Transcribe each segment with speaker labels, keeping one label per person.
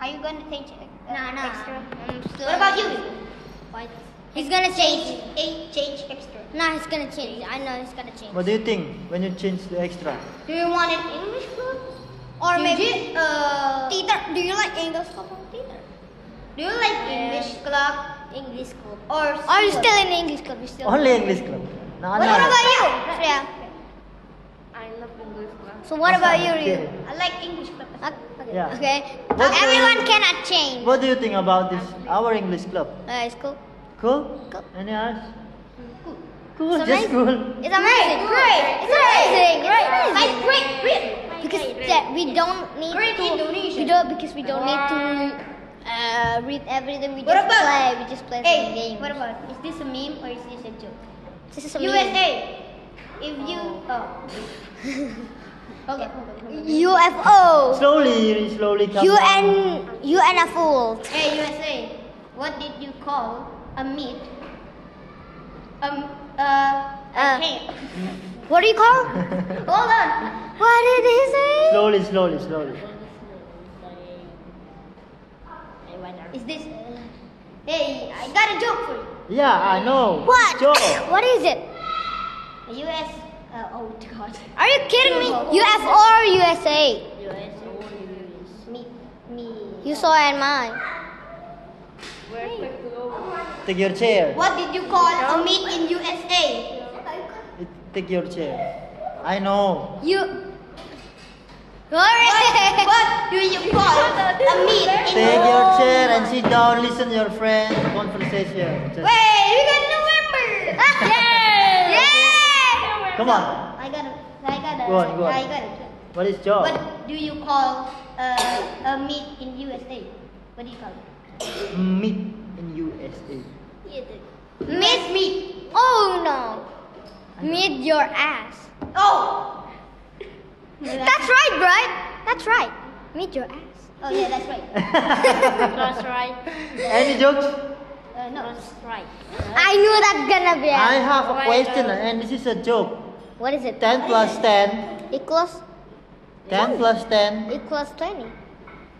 Speaker 1: Are you going to teach uh,
Speaker 2: No, no.
Speaker 1: extra?
Speaker 2: I'm still-
Speaker 1: What about you?
Speaker 2: What? He's gonna change.
Speaker 1: Eight Mm, change extra.
Speaker 2: No, he's gonna change. I know he's gonna change.
Speaker 3: What do you think when you change the extra?
Speaker 1: Do you want an English club? Or
Speaker 2: Do
Speaker 1: maybe uh,
Speaker 2: Theater. Do you like English club or theater?
Speaker 1: do you like English club
Speaker 2: English club.
Speaker 1: or
Speaker 2: Are you
Speaker 1: school?
Speaker 2: still in English club? You still.
Speaker 3: Only English club. No,
Speaker 1: What, what about you?
Speaker 2: Yeah.
Speaker 1: I love English club.
Speaker 2: So what about you, Ryu?
Speaker 3: Okay.
Speaker 1: I like English club.
Speaker 2: Okay.
Speaker 3: Yeah.
Speaker 2: Okay.
Speaker 3: What do
Speaker 2: Everyone
Speaker 3: you-
Speaker 2: cannot change.
Speaker 3: What do you think about this? Our English club.
Speaker 2: Uh, it's cool.
Speaker 3: Cool?
Speaker 2: Cool.
Speaker 3: Any else?
Speaker 1: Cool.
Speaker 3: Cool,
Speaker 2: So
Speaker 3: just
Speaker 2: nice.
Speaker 3: cool.
Speaker 2: It's amazing.
Speaker 1: Great.
Speaker 2: It's amazing. It's amazing.
Speaker 1: Like great, great.
Speaker 2: because that we don't need
Speaker 1: Great
Speaker 2: to
Speaker 1: Indonesian.
Speaker 2: we don't because we don't need to uh, read everything we
Speaker 1: What
Speaker 2: just
Speaker 1: about-
Speaker 2: play we just play some
Speaker 1: Hey,
Speaker 2: games
Speaker 1: what about? Is this a meme or is this a joke?
Speaker 2: this is a meme.
Speaker 1: USA. If you oh. okay.
Speaker 2: UFO
Speaker 3: Slowly, slowly come.
Speaker 2: UN UNFO
Speaker 1: Hey USA, what did you call a meat? Um uh
Speaker 2: Uh.
Speaker 1: a camp.
Speaker 2: what do you call
Speaker 1: Hold on.
Speaker 2: what eh? did he say
Speaker 3: Slowly, slowly, slowly.
Speaker 1: Is this Hey, I got a joke for you.
Speaker 3: Yeah, I know.
Speaker 2: what
Speaker 3: Sure.
Speaker 2: what is it
Speaker 1: A US uh, oh god.
Speaker 2: are you kidding me UFO or USA
Speaker 1: Meat me.
Speaker 2: you saw and mine
Speaker 3: Take your chair.
Speaker 1: What did you call a meat in USA?
Speaker 3: Take your chair. I know.
Speaker 2: you what
Speaker 1: What do you call a meat in
Speaker 3: Take
Speaker 2: Oh.
Speaker 3: your chair and sit down, listen to your friend conversation. Just-
Speaker 1: Hey, we got November.
Speaker 2: yeah yeah
Speaker 3: Come on.
Speaker 1: I got a I got a
Speaker 3: Go on, go on.
Speaker 1: I got a joke.
Speaker 3: What is job?
Speaker 1: What do you call uh, a meat in USA? What do you call it?
Speaker 3: Meet in USA.
Speaker 1: Miss meat.
Speaker 2: Oh no! Meet your ass.
Speaker 1: Oh.
Speaker 2: That's right, right? That's right. Meet your ass.
Speaker 1: Oh yeah, that's right.
Speaker 4: That's right.
Speaker 3: Any jokes?
Speaker 1: Uh, no.
Speaker 4: That's right.
Speaker 2: I knew that's gonna be.
Speaker 3: I
Speaker 2: A.
Speaker 3: have a
Speaker 4: Why,
Speaker 3: question
Speaker 4: uh,
Speaker 3: and this is a joke.
Speaker 2: What is it?
Speaker 3: 10 plus 10,
Speaker 2: Equals
Speaker 3: 10 plus 10,
Speaker 2: equals twenty.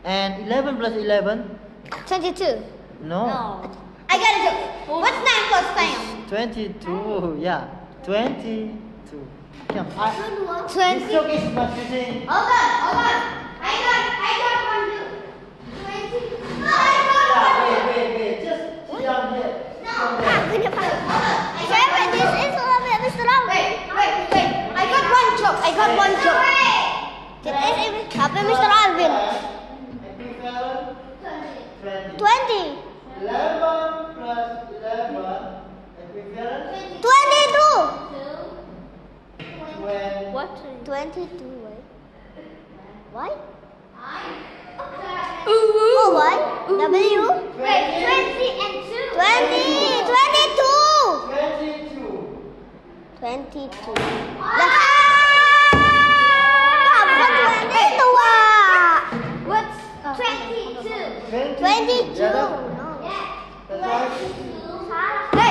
Speaker 3: and 11 plus 11?
Speaker 2: Twenty-two.
Speaker 3: No.
Speaker 4: No.
Speaker 1: I got a joke. What's nine plus nine?
Speaker 3: 22, yeah. 22. Come. I, this
Speaker 2: Twenty.
Speaker 3: joke is not using.
Speaker 1: Hold on, hold on. I got, I got one too. No, I got one.
Speaker 3: Wait, wait, wait. Just sit down here.
Speaker 1: No, I'm gonna find. Hold on. I got
Speaker 2: Trevor,
Speaker 1: one
Speaker 2: this
Speaker 1: joke.
Speaker 2: is a little bit Mr. Long.
Speaker 1: Wait, wait, wait. I got one joke. I got one joke.
Speaker 2: This is apa Mr. Alvin?
Speaker 3: Equivalent. 20.
Speaker 2: Twenty.
Speaker 3: 11 plus 11 equivalent
Speaker 2: Twenty-two.
Speaker 3: to
Speaker 4: What?
Speaker 2: Twenty-two. Wait. Why? Oh, why? W.
Speaker 1: Wait, twenty and two.
Speaker 2: 20, 22.
Speaker 3: 22.
Speaker 2: 22. Ah!
Speaker 1: What's twenty-two?
Speaker 3: 22.
Speaker 2: 22.
Speaker 3: Yeah, that-
Speaker 2: No.
Speaker 3: that's right.
Speaker 1: Hey, hey,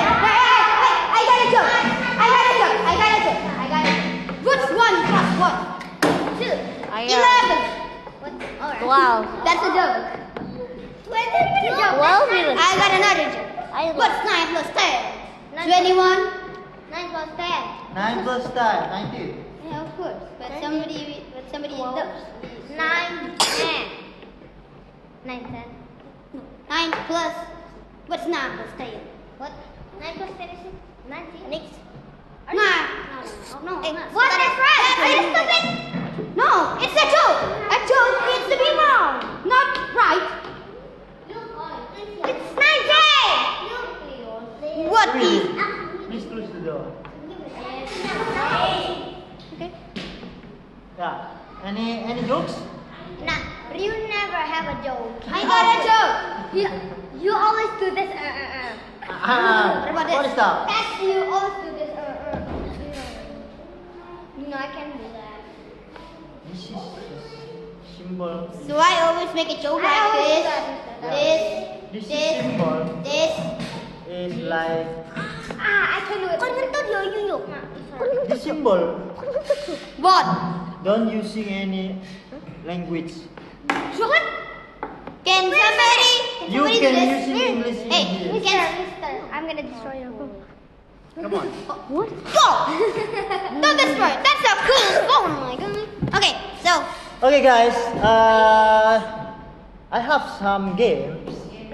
Speaker 1: hey, hey, I got a joke. I got a joke. I got a joke. I got a joke. What's one plus one? Two.
Speaker 4: I, uh,
Speaker 1: Eleven. What? All right.
Speaker 2: Wow.
Speaker 1: That's a joke. Twenty-two. Joke.
Speaker 2: Well, really.
Speaker 1: I got another joke. What's nine plus ten? Twenty-one. Nine plus ten.
Speaker 3: 9 plus 10, 19.
Speaker 1: Yeah, of course. But somebody, but somebody knows. Nine, ten. Nine, ten. No. Nine plus. What's nine plus ten? What? Nine plus ten is nineteen. Next. No. No. no. What is right? Are you stupid? No, it's a joke. A joke needs to be wrong, not right. It's nineteen. What is?
Speaker 3: Please, please close the door.
Speaker 1: Okay.
Speaker 3: Yeah. Any any jokes?
Speaker 1: Nah, you never have a joke. I got a joke. You, you always do this. Uh, uh, uh.
Speaker 3: Ah,
Speaker 1: What
Speaker 3: what
Speaker 1: is-
Speaker 3: is that?
Speaker 1: That's you always do this. Uh, uh. No, I can't do that.
Speaker 3: This is just symbol.
Speaker 1: So I always make a joke like this,
Speaker 3: This is
Speaker 1: this,
Speaker 3: symbol
Speaker 1: this.
Speaker 3: is like
Speaker 1: Ah, I can do it. Kau ngentot yo
Speaker 2: you, you. Ma, sorry.
Speaker 3: This symbol,
Speaker 2: What?
Speaker 3: don't using any language.
Speaker 2: What? Can somebody?
Speaker 3: You
Speaker 2: somebody do
Speaker 3: can
Speaker 2: this?
Speaker 3: use it in English in
Speaker 2: Hey,
Speaker 3: here.
Speaker 2: we can. Mister,
Speaker 1: I'm gonna destroy your phone.
Speaker 3: Come on.
Speaker 1: Oh, What?
Speaker 2: go. Don't destroy. it. That's a cool phone. Like, okay, so
Speaker 3: Okay, guys. Uh, I have some games.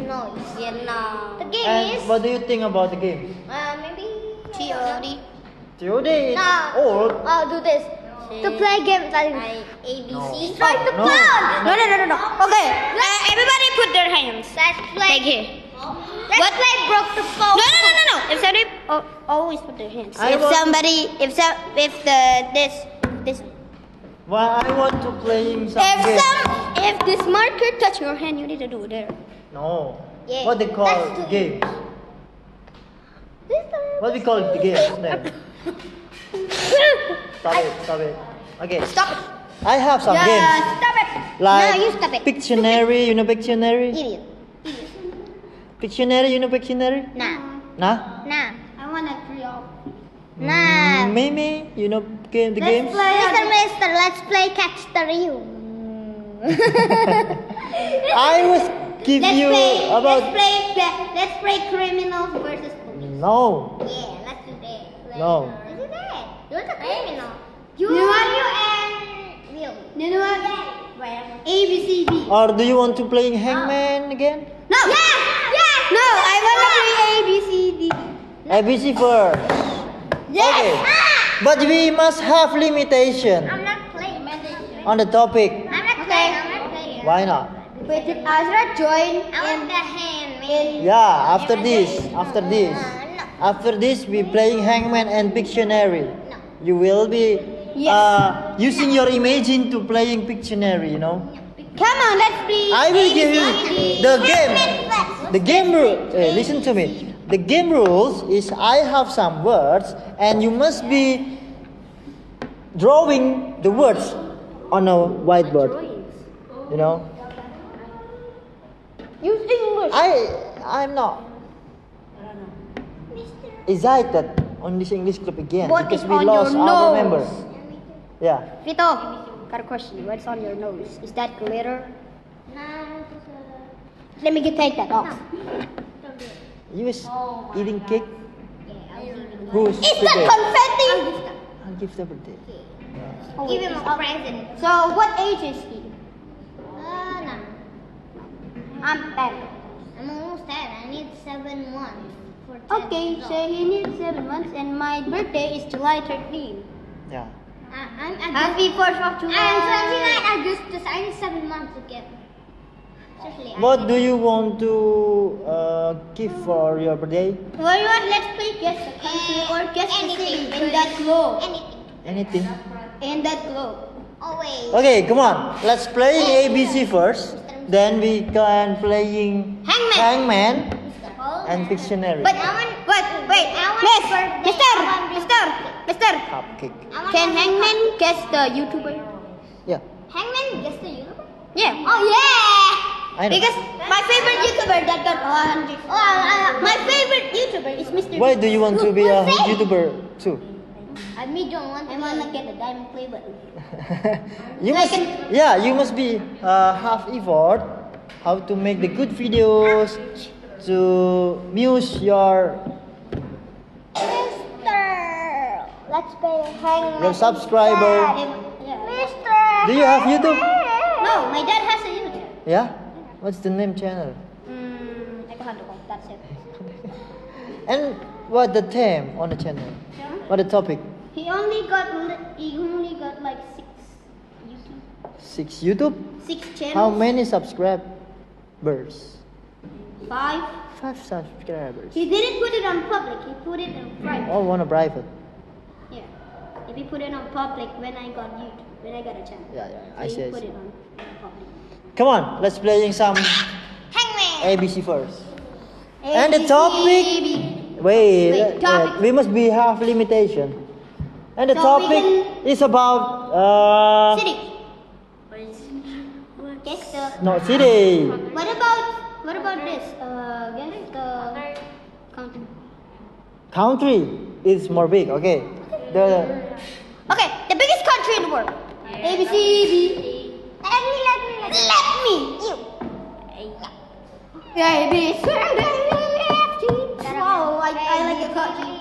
Speaker 2: no, yeah, no. The
Speaker 3: And what do you think about the game?
Speaker 2: Uh, maybe. Theory.
Speaker 3: TOD
Speaker 2: No.
Speaker 3: is old.
Speaker 1: I'll do this. To play games, I.
Speaker 2: I A B
Speaker 3: No.
Speaker 2: C.
Speaker 1: Strike the
Speaker 3: No.
Speaker 1: clown!
Speaker 5: No, no, no, no, no. Okay. Uh, everybody put their hands.
Speaker 2: Let's play.
Speaker 5: Like here.
Speaker 2: Let's
Speaker 5: What?
Speaker 2: play broke the phone.
Speaker 5: No, no, no, no, no. If somebody oh, always put their hands.
Speaker 3: I
Speaker 2: if
Speaker 3: want-
Speaker 2: somebody, if so, if the this this
Speaker 3: Well, I want to play him some
Speaker 5: If
Speaker 3: game.
Speaker 5: some, if this marker touch your hand, you need to do there.
Speaker 3: No.
Speaker 2: Yeah,
Speaker 3: What they
Speaker 2: let's do
Speaker 3: call
Speaker 2: it.
Speaker 3: games?
Speaker 2: this the-
Speaker 3: What we call the games then? Stop it! Stop it! Okay.
Speaker 2: stop it.
Speaker 3: I have some games
Speaker 2: Yeah, stop it.
Speaker 3: like
Speaker 2: no, you stop it.
Speaker 3: Pictionary. You know Pictionary?
Speaker 2: Idiot.
Speaker 3: Pictionary. You know Pictionary?
Speaker 2: Nah,
Speaker 3: Nah.
Speaker 2: nah,
Speaker 1: I want a three off.
Speaker 2: nah.
Speaker 3: Mm, Mimi. You know game the games?
Speaker 2: Mister, Mister, let's play catch the you.
Speaker 3: I was give
Speaker 2: Let's
Speaker 3: you
Speaker 2: play. Let's
Speaker 3: about
Speaker 2: play. pla- Let's play criminals versus police.
Speaker 3: no.
Speaker 2: Yeah, let's do that. Let's
Speaker 3: No.
Speaker 2: do that. You're the criminal. You, you are you and Will.
Speaker 1: You know what?
Speaker 2: Where?
Speaker 1: A, B, C, D.
Speaker 3: Or do you want to play Hangman
Speaker 2: Ah.
Speaker 3: again?
Speaker 2: No. Yes. Yes.
Speaker 1: No, I want to play A, B, C, D.
Speaker 3: ABC first. Yes.
Speaker 2: Ah!
Speaker 3: But we must have limitation
Speaker 2: I'm not playing. I'm not playing.
Speaker 3: on the topic.
Speaker 2: I'm not playing. I'm not playing.
Speaker 3: Why not?
Speaker 1: Wait, did Azra join?
Speaker 2: I want the hand, man.
Speaker 3: Yeah, after this, after this.
Speaker 2: No.
Speaker 3: After this we playing hangman and Pictionary.
Speaker 2: No.
Speaker 3: You will be
Speaker 1: Yes.
Speaker 3: uh, using your imagine to playing Pictionary, you know?
Speaker 1: Come on, let's play.
Speaker 3: I will give you the game. The game rule. eh, listen to me. The game rules is I have some words and you must be drawing the words on a whiteboard. You know.
Speaker 1: Use English.
Speaker 3: I I'm not excited on this English club again
Speaker 1: What
Speaker 3: because
Speaker 1: is
Speaker 3: we
Speaker 1: on
Speaker 3: lost
Speaker 1: your
Speaker 3: our
Speaker 1: nose?
Speaker 3: members. Yeah.
Speaker 1: Vito, got a question. What's on your nose? Is that glitter?
Speaker 2: No.
Speaker 1: Let me get take that off.
Speaker 3: You is eating cake. Who's
Speaker 1: It's a
Speaker 3: today?
Speaker 1: confetti.
Speaker 3: I'll give the birthday.
Speaker 2: Give him a present.
Speaker 1: So what age is he?
Speaker 2: Uh, no.
Speaker 1: I'm ten.
Speaker 2: I'm almost there. I need seven months for ten
Speaker 1: Okay,
Speaker 2: years old.
Speaker 1: so he needs seven months, and my birthday is July 13.
Speaker 3: Yeah.
Speaker 2: I, I'm at
Speaker 1: Happy Fourth of
Speaker 2: I'm
Speaker 1: July.
Speaker 2: 29 Augustus. I need seven months to get. Seriously. I
Speaker 3: What do you want to uh, give for your birthday?
Speaker 1: Well, you want, let's play guess the country
Speaker 2: Eh,
Speaker 1: or guess the
Speaker 2: anything,
Speaker 1: city in
Speaker 2: please.
Speaker 1: that globe.
Speaker 2: Anything.
Speaker 3: Anything?
Speaker 1: In that globe.
Speaker 2: Oh wait.
Speaker 3: Okay, come on. Let's play ABC first. Then we can playing
Speaker 2: Hangman.
Speaker 3: Hangman
Speaker 2: Oh,
Speaker 3: and Pictionary.
Speaker 1: But,
Speaker 2: I want-
Speaker 1: but, wait,
Speaker 2: I want
Speaker 1: miss,
Speaker 2: birthday.
Speaker 1: mister,
Speaker 2: I want
Speaker 1: mister, mister,
Speaker 3: Cupcake.
Speaker 2: I want
Speaker 1: can
Speaker 2: to-
Speaker 1: Hangman guess the YouTuber?
Speaker 3: Yeah.
Speaker 2: Hangman gets the Europe?
Speaker 1: Yeah.
Speaker 2: Oh yeah.
Speaker 3: I know.
Speaker 1: Because my favorite YouTuber that got 100.
Speaker 2: Oh, I, I,
Speaker 1: My favorite YouTuber is Mr.
Speaker 3: Why do you want to be a
Speaker 2: Who's that?
Speaker 3: YouTuber too?
Speaker 2: I me don't want.
Speaker 1: I wanna get the diamond play button.
Speaker 3: you
Speaker 1: Like
Speaker 3: must, yeah, you must be uh, half effort how to make the good videos to muse your
Speaker 2: Mister. Let's play Hangman.
Speaker 3: your subscriber.
Speaker 2: Mister.
Speaker 3: Do you have YouTube?
Speaker 2: No, my dad has a YouTube.
Speaker 3: Yeah. What's the name channel?
Speaker 1: Mm, I can't do it. That's it.
Speaker 3: And what the theme on the channel? What the topic?
Speaker 1: He only got li- he only got like six YouTube
Speaker 3: Six YouTube.
Speaker 1: six
Speaker 3: How
Speaker 1: channels.
Speaker 3: many subscribers?
Speaker 1: Five.
Speaker 3: Five subscribers.
Speaker 1: He didn't put it on public. He put it on private.
Speaker 3: All one a private.
Speaker 1: Yeah. If he put it on public, when I got YouTube, when I got a channel.
Speaker 3: Yeah, yeah.
Speaker 1: So
Speaker 3: I see.
Speaker 1: he
Speaker 3: I
Speaker 1: put
Speaker 3: see.
Speaker 1: it on public.
Speaker 3: Come on, let's playing some
Speaker 2: Hangman.
Speaker 3: ABC first. And the topic?
Speaker 1: ABCD.
Speaker 3: Wait,
Speaker 1: Wait,
Speaker 3: uh,
Speaker 1: topic-
Speaker 3: we must be half limitation. And the
Speaker 1: So we
Speaker 3: topic
Speaker 1: can-
Speaker 3: is about uh
Speaker 1: City.
Speaker 2: Guess the.
Speaker 3: no city.
Speaker 1: What about what about this? Uh, guess the country.
Speaker 3: Country. It's more big. Okay. The
Speaker 1: Okay, the biggest country in the world.
Speaker 2: A B C D.
Speaker 1: Let me, let me, let me. Let me, you. Yeah, baby.
Speaker 2: E, Wow, Oh, I, I like the country.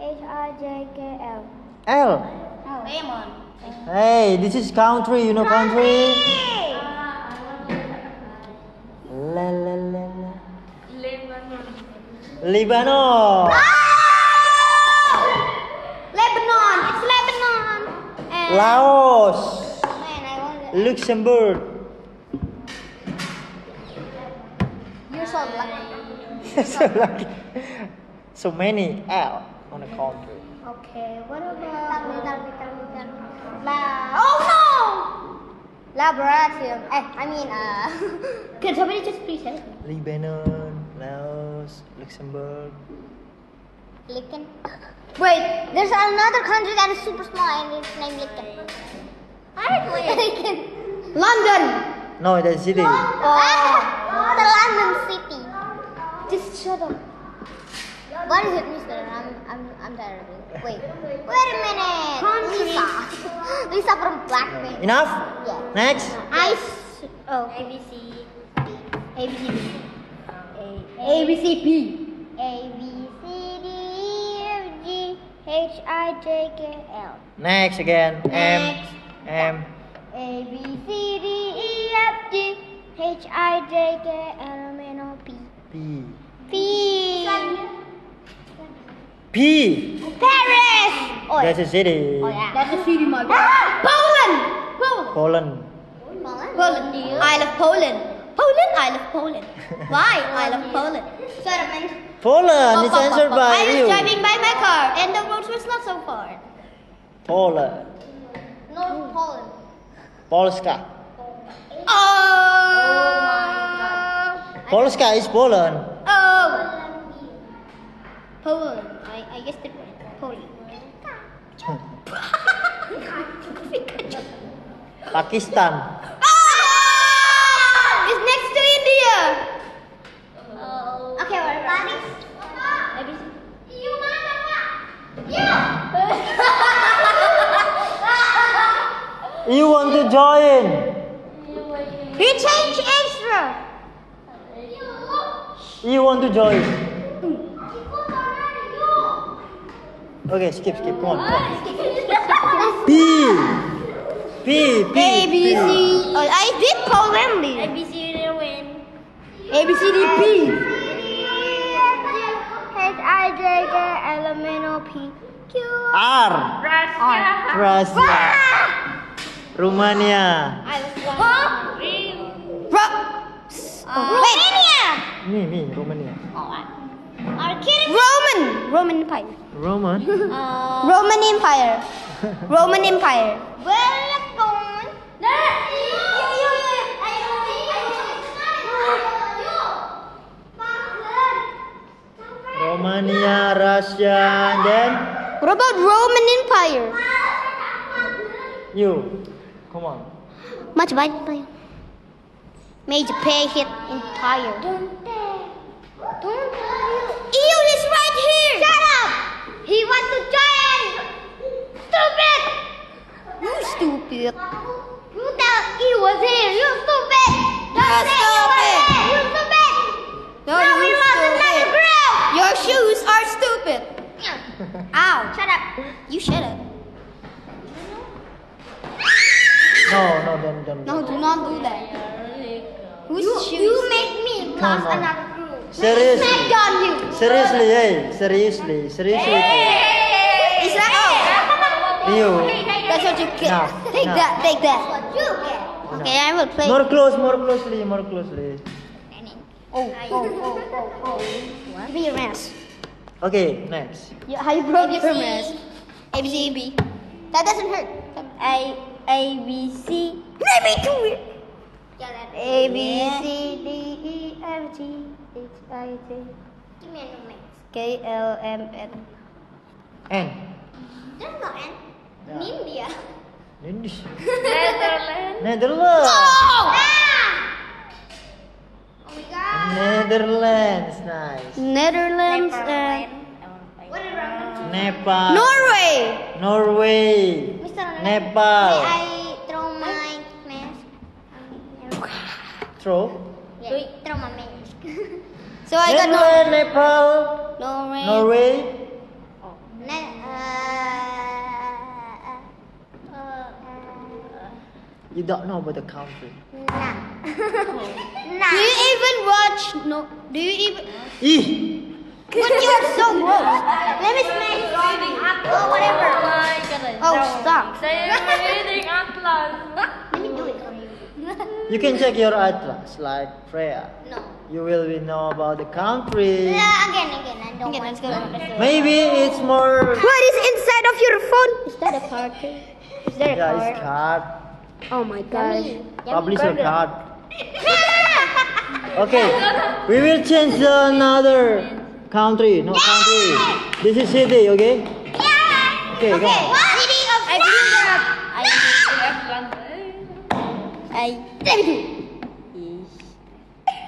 Speaker 1: H I J K L.
Speaker 3: L.
Speaker 2: Oh. Raymond.
Speaker 3: Hey, this is country. You know country. La la la la. Lebanon.
Speaker 1: Ah!
Speaker 2: Oh! Lebanon. It's Lebanon. And
Speaker 3: Laos.
Speaker 2: man, I want
Speaker 3: Luxembourg.
Speaker 2: to. You're so lucky.
Speaker 3: so lucky. So many L on the country.
Speaker 2: Okay, what about La? Oh no! Laboratorium. Eh, I mean, uh, can somebody just please help? me?
Speaker 3: Lebanon, Laos, Luxembourg.
Speaker 2: Lincoln. Wait, there's another country that is super small and it's named Lincoln. I like Lincoln. London.
Speaker 3: No, that's city.
Speaker 2: Ah, the London city. Just shut up. What is it, Mister? I'm I'm I'm tired. of it. Wait, wait a minute. Lisa, Lisa from Blackpink.
Speaker 3: Enough.
Speaker 2: Yeah.
Speaker 3: Next.
Speaker 2: I s- oh A B C A B C B A B C P A B C D E F G H I J K L
Speaker 3: Next again.
Speaker 2: Next.
Speaker 3: M. M.
Speaker 2: A B C D E F G H I J K L M N O P
Speaker 3: P.
Speaker 2: P
Speaker 3: P.
Speaker 2: Paris. Oh,
Speaker 3: That's a city.
Speaker 2: That's a city, my Poland. Poland.
Speaker 3: Poland.
Speaker 2: Poland.
Speaker 1: I love Poland. Poland, I love Poland. Why? I love Poland.
Speaker 2: Shut up, man.
Speaker 3: Poland is answered by
Speaker 1: I
Speaker 3: you.
Speaker 1: was driving by my car and the road was not so far.
Speaker 3: Poland.
Speaker 2: North Poland.
Speaker 3: Polska.
Speaker 1: Oh, oh,
Speaker 3: Polska is Poland.
Speaker 1: Poland. I, I guessed it right. Poland.
Speaker 3: Pakistan.
Speaker 1: Ah! It's next to India.
Speaker 2: Okay, what about this? You mind about? Yeah.
Speaker 3: You want to join?
Speaker 1: He changed extra.
Speaker 3: You want to join? Okay, skip, skip. Come on. Come on. P. P. P.
Speaker 1: A B C. Oh, I did Poland. A B C D P.
Speaker 2: H I J K L M N O P Q
Speaker 3: R.
Speaker 2: Russia.
Speaker 3: Russia. Rumania.
Speaker 2: I was wrong.
Speaker 1: Oh.
Speaker 2: Uh, Romania.
Speaker 3: Me, me, Romania.
Speaker 2: Are kidding?
Speaker 1: Roman. Roman Empire.
Speaker 3: Roman.
Speaker 2: Uh,
Speaker 1: Roman Empire. Roman Empire.
Speaker 2: welcome.
Speaker 3: Romania, Russia, and then
Speaker 1: What about Roman Empire?
Speaker 3: you. Come on.
Speaker 1: Much better. Major pay hit entire. Ew, it's right here. Shut up. He wants to join. Stupid. You stupid.
Speaker 2: You thought he was here. You stupid. Don't say he was here. You stupid.
Speaker 1: No,
Speaker 2: Now we
Speaker 1: you
Speaker 2: lost another
Speaker 1: stupid.
Speaker 2: girl.
Speaker 1: Your shoes are stupid. Ow.
Speaker 2: Shut up.
Speaker 1: You shut up.
Speaker 3: No, no, don't, don't.
Speaker 1: No, do not do that. Whose shoes?
Speaker 2: You make me
Speaker 3: Come
Speaker 2: lost
Speaker 3: on.
Speaker 2: another group.
Speaker 3: Seriously.
Speaker 2: Smack on you.
Speaker 3: Seriously, hey, seriously, seriously.
Speaker 2: Hey.
Speaker 1: Is that
Speaker 3: You.
Speaker 1: That's what you get.
Speaker 3: No,
Speaker 1: Take
Speaker 3: no.
Speaker 1: that. Take that.
Speaker 2: What you get?
Speaker 1: Okay, I will play.
Speaker 3: More close, more closely, more closely.
Speaker 1: Oh, oh, oh, oh, oh. Be a mess.
Speaker 3: Okay, next.
Speaker 1: Yeah, how you broke your mess? A B C B. That doesn't hurt. A A B C. Let me do it.
Speaker 2: Yeah, that
Speaker 1: A B C D E F G H I J
Speaker 2: Give me a new mix.
Speaker 1: K L M N.
Speaker 3: And
Speaker 2: There's no N.
Speaker 3: Yeah.
Speaker 2: India.
Speaker 3: Netherlands.
Speaker 2: Netherlands.
Speaker 1: Oh!
Speaker 3: Netherlands.
Speaker 2: Ah! Oh my god.
Speaker 3: Netherlands, nice.
Speaker 1: Netherlands uh, and
Speaker 2: What did I
Speaker 3: Nepal,
Speaker 1: Norway.
Speaker 3: Norway,
Speaker 2: Mr. Ronald,
Speaker 1: Né,
Speaker 3: Nepal.
Speaker 2: May I throw my mask? Oh,
Speaker 3: Throw.
Speaker 2: Yeah, throw my mask.
Speaker 1: So I got
Speaker 3: Norway, Nepal,
Speaker 1: Norway.
Speaker 3: Norway,
Speaker 2: Ne- e, uh, uh, uh,
Speaker 3: You don't know about the country.
Speaker 2: nah.
Speaker 1: Do
Speaker 2: nah.
Speaker 1: you even watch? No. Do you even?
Speaker 3: Ih,
Speaker 1: But you're so gross.
Speaker 2: Let me smash something up or whatever.
Speaker 1: Oh, stop.
Speaker 2: Let me do it for you.
Speaker 3: you can check your atlas like Freya.
Speaker 2: No.
Speaker 3: You will be know about the country.
Speaker 2: Yeah, again, again. I don't
Speaker 1: Okay,
Speaker 2: want
Speaker 1: let's go.
Speaker 2: to.
Speaker 3: Maybe it's more.
Speaker 1: What is inside of your phone?
Speaker 2: Is that a card? Is there
Speaker 3: Yeah, it's card.
Speaker 1: Oh my gosh.
Speaker 3: Publish your card. Okay, we will change the another country. No country. This is city. Okay.
Speaker 2: Yeah.
Speaker 3: Okay, go. on.
Speaker 2: What? City of I
Speaker 1: I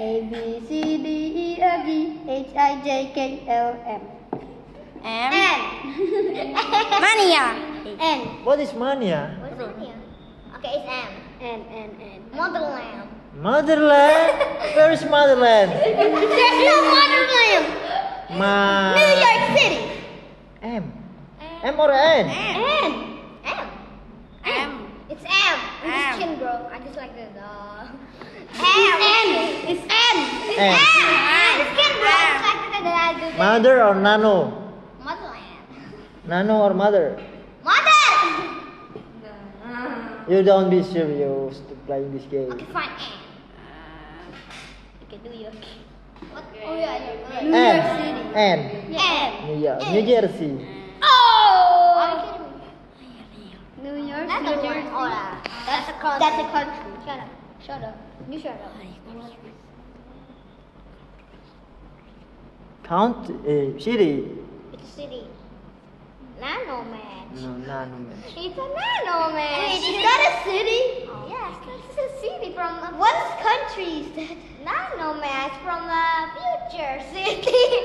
Speaker 1: A B C D E F G H I J K L M M Mania
Speaker 2: N. N.
Speaker 3: What is ah? mania?
Speaker 2: What is it here? Okay, it's M.
Speaker 1: N N N
Speaker 2: Motherland.
Speaker 3: Motherland. Where is motherland?
Speaker 2: There's no motherland.
Speaker 3: Ma.
Speaker 2: New York City.
Speaker 3: M. M or N?
Speaker 2: M. M. M. It's M. I'm just kidding, bro. I just like this. Uh, M. M. It's M. It's M.
Speaker 3: M.
Speaker 2: I'm just kidding, bro. I just like that I do this.
Speaker 3: Mother or nano?
Speaker 2: Motherland.
Speaker 3: Nano or mother?
Speaker 2: Mother.
Speaker 3: You don't be serious to playing this game.
Speaker 2: Okay, fine. M. Uh, Okay, do you? What? Oh yeah, you're good.
Speaker 3: N. N.
Speaker 2: M.
Speaker 3: New York. New Jersey.
Speaker 2: Oh. Okay.
Speaker 1: New York
Speaker 2: That's the one. Oh, yeah. That's a country. That's a country. Shut up. Shut up. You shut up.
Speaker 3: Count. Uh, city.
Speaker 2: It's a city. Nano man.
Speaker 3: No, nano man.
Speaker 2: It's a nano man. Wait, is that a city? Oh. Yes, that's a city from a what country is that? Nano man is from a future city.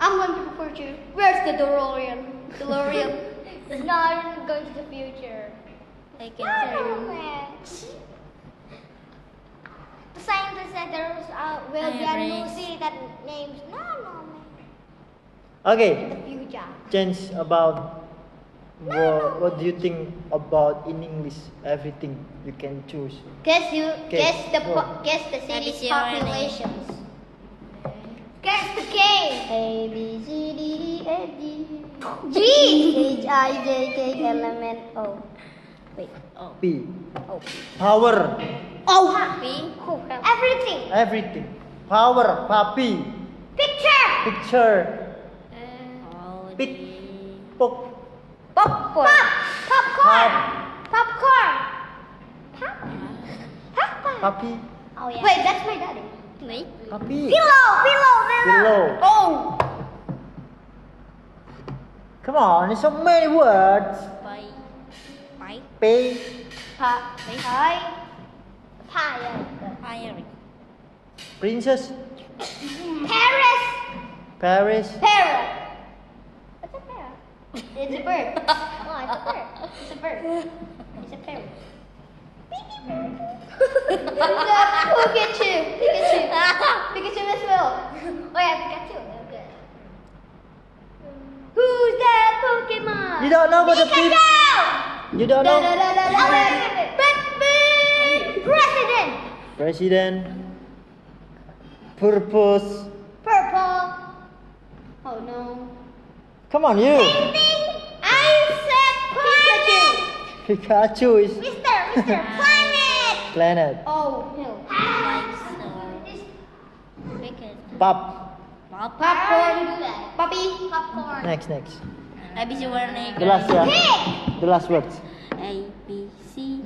Speaker 1: I'm going to report you Where's the DeLorean? DeLorean
Speaker 2: it's not going to the future.
Speaker 1: I can
Speaker 2: Nano man. The scientists said there was, uh, will be a new city that names Nano man.
Speaker 3: Okay.
Speaker 2: The future.
Speaker 3: Change about. What, what do you think about in English? Everything you can choose.
Speaker 2: Guess you
Speaker 3: Okay,
Speaker 2: guess the
Speaker 3: go.
Speaker 2: po- guess the city's
Speaker 1: ABC or
Speaker 2: populations. Guess the game. A B C D E F G G H I J K L M N O.
Speaker 3: P. Power.
Speaker 2: Oh, happy. Everything.
Speaker 3: Everything. Power. Papi.
Speaker 2: Picture.
Speaker 3: Picture. Pick. Poke.
Speaker 2: Popcorn. Pop. Popcorn.
Speaker 3: Pop.
Speaker 2: Popcorn. Pop. Popcorn.
Speaker 3: Papi.
Speaker 2: Oh yeah. Wait, that's my daddy.
Speaker 3: Papi.
Speaker 2: Pillow. Pillow. Pillow.
Speaker 3: Pillow.
Speaker 2: Oh.
Speaker 3: Come on, there's so many words.
Speaker 1: Bye Bye
Speaker 3: Pay.
Speaker 2: Pa. Pie. Pie.
Speaker 1: Iron
Speaker 3: Princess.
Speaker 2: Paris.
Speaker 3: Paris.
Speaker 2: Parrot. What's a parrot? It's a bird. No, it's a bird. It's a bird. It's a parrot. Pikachu. Pikachu. Pikachu as well. Oh yeah, Pikachu. Oh, good. Who's that Pokemon?
Speaker 3: You don't know about the
Speaker 2: Pikachu!
Speaker 3: people. You don't
Speaker 2: Da, da,
Speaker 3: know.
Speaker 2: da, da, da, da. Batman! President!
Speaker 3: President. Purpose.
Speaker 2: Purple.
Speaker 1: Oh no
Speaker 3: Come on, you.
Speaker 2: Ding ding! I said planet!
Speaker 3: Pikachu is
Speaker 2: Mister, Mister, planet!
Speaker 3: planet.
Speaker 1: Oh no
Speaker 3: Pop.
Speaker 2: Popcorn.
Speaker 1: Puppy
Speaker 2: Popcorn.
Speaker 3: Next, next.
Speaker 1: I be your
Speaker 3: The last
Speaker 1: name
Speaker 3: one. The last words.
Speaker 1: A B C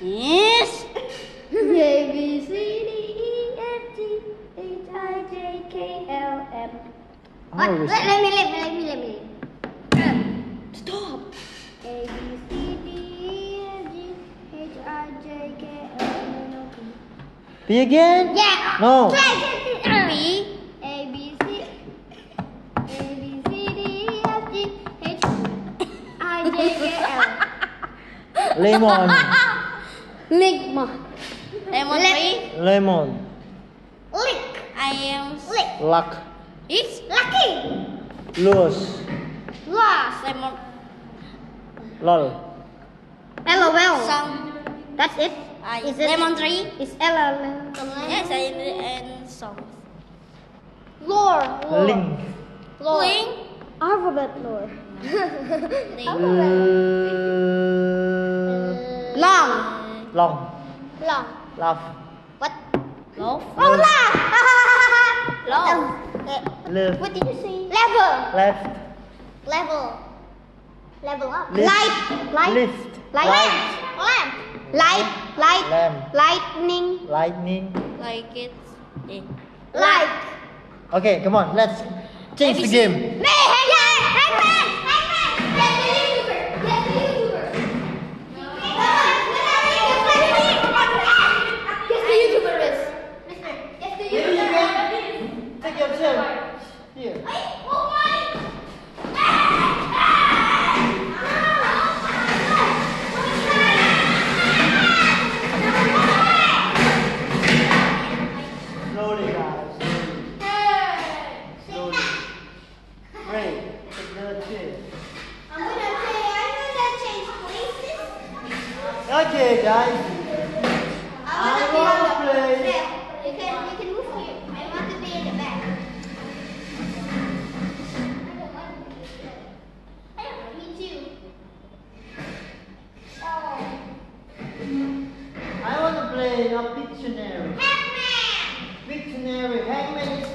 Speaker 1: Yes
Speaker 2: A B C D E F G H I J K L M. What?
Speaker 3: Always.
Speaker 2: Let, let me live. Let me let me live.
Speaker 1: Stop
Speaker 2: A B C D E F G H I J K L M N O P.
Speaker 3: P again?
Speaker 2: Yeah.
Speaker 3: No.
Speaker 2: Try it. A B C A B C D E F
Speaker 3: Lemon.
Speaker 1: Ligma.
Speaker 2: Lemon tree.
Speaker 3: Lemon.
Speaker 2: Lick. I am lick.
Speaker 3: Luck.
Speaker 2: It's lucky.
Speaker 3: Lose.
Speaker 2: Lost. Lemon.
Speaker 3: Lol.
Speaker 1: LOL.
Speaker 2: Song.
Speaker 1: That's it.
Speaker 2: I
Speaker 1: Is it-
Speaker 2: lemon tree.
Speaker 1: It's LOL.
Speaker 2: Yes, I and song.
Speaker 1: Lore.
Speaker 3: Link.
Speaker 2: Link.
Speaker 1: Alphabet lore.
Speaker 2: Link.
Speaker 3: L-
Speaker 1: Long.
Speaker 3: long.
Speaker 1: Long.
Speaker 3: Laugh.
Speaker 1: What?
Speaker 2: Love.
Speaker 1: Oh, laugh!
Speaker 2: Love.
Speaker 3: Live.
Speaker 1: Um, What did you say? Level.
Speaker 3: Left.
Speaker 1: Level. Level up.
Speaker 3: Lift.
Speaker 1: Light. Light.
Speaker 3: Lift.
Speaker 1: Light.
Speaker 3: Light.
Speaker 1: Lamp. Light. Light.
Speaker 3: Lamp.
Speaker 1: Lightning.
Speaker 3: Lightning.
Speaker 2: Like it. Eh.
Speaker 1: Like.
Speaker 3: Okay, come on. Let's change the game.
Speaker 1: Hey, hang on. Hang on. Hang on. Get the YouTuber. Get the YouTuber. Come on. Get out of here. Get the YouTuber. Get the YouTuber, Riz. Mister, get the YouTuber.
Speaker 3: Take your turn. Here.
Speaker 1: Oh, my.
Speaker 3: Slowly, guys. Slowly. Great. Take the turn.
Speaker 1: I'm gonna say, I'm gonna change places.
Speaker 3: Okay, guys. I wanna
Speaker 1: I'm gonna be on the
Speaker 3: play.
Speaker 1: left. You can, you can move here. I want to be in the back. I don't want to be in the back. I don't know, me too. Oh.
Speaker 3: I wanna play a Pictionary.
Speaker 1: Pac-Man!
Speaker 3: Pictionary. Hangman is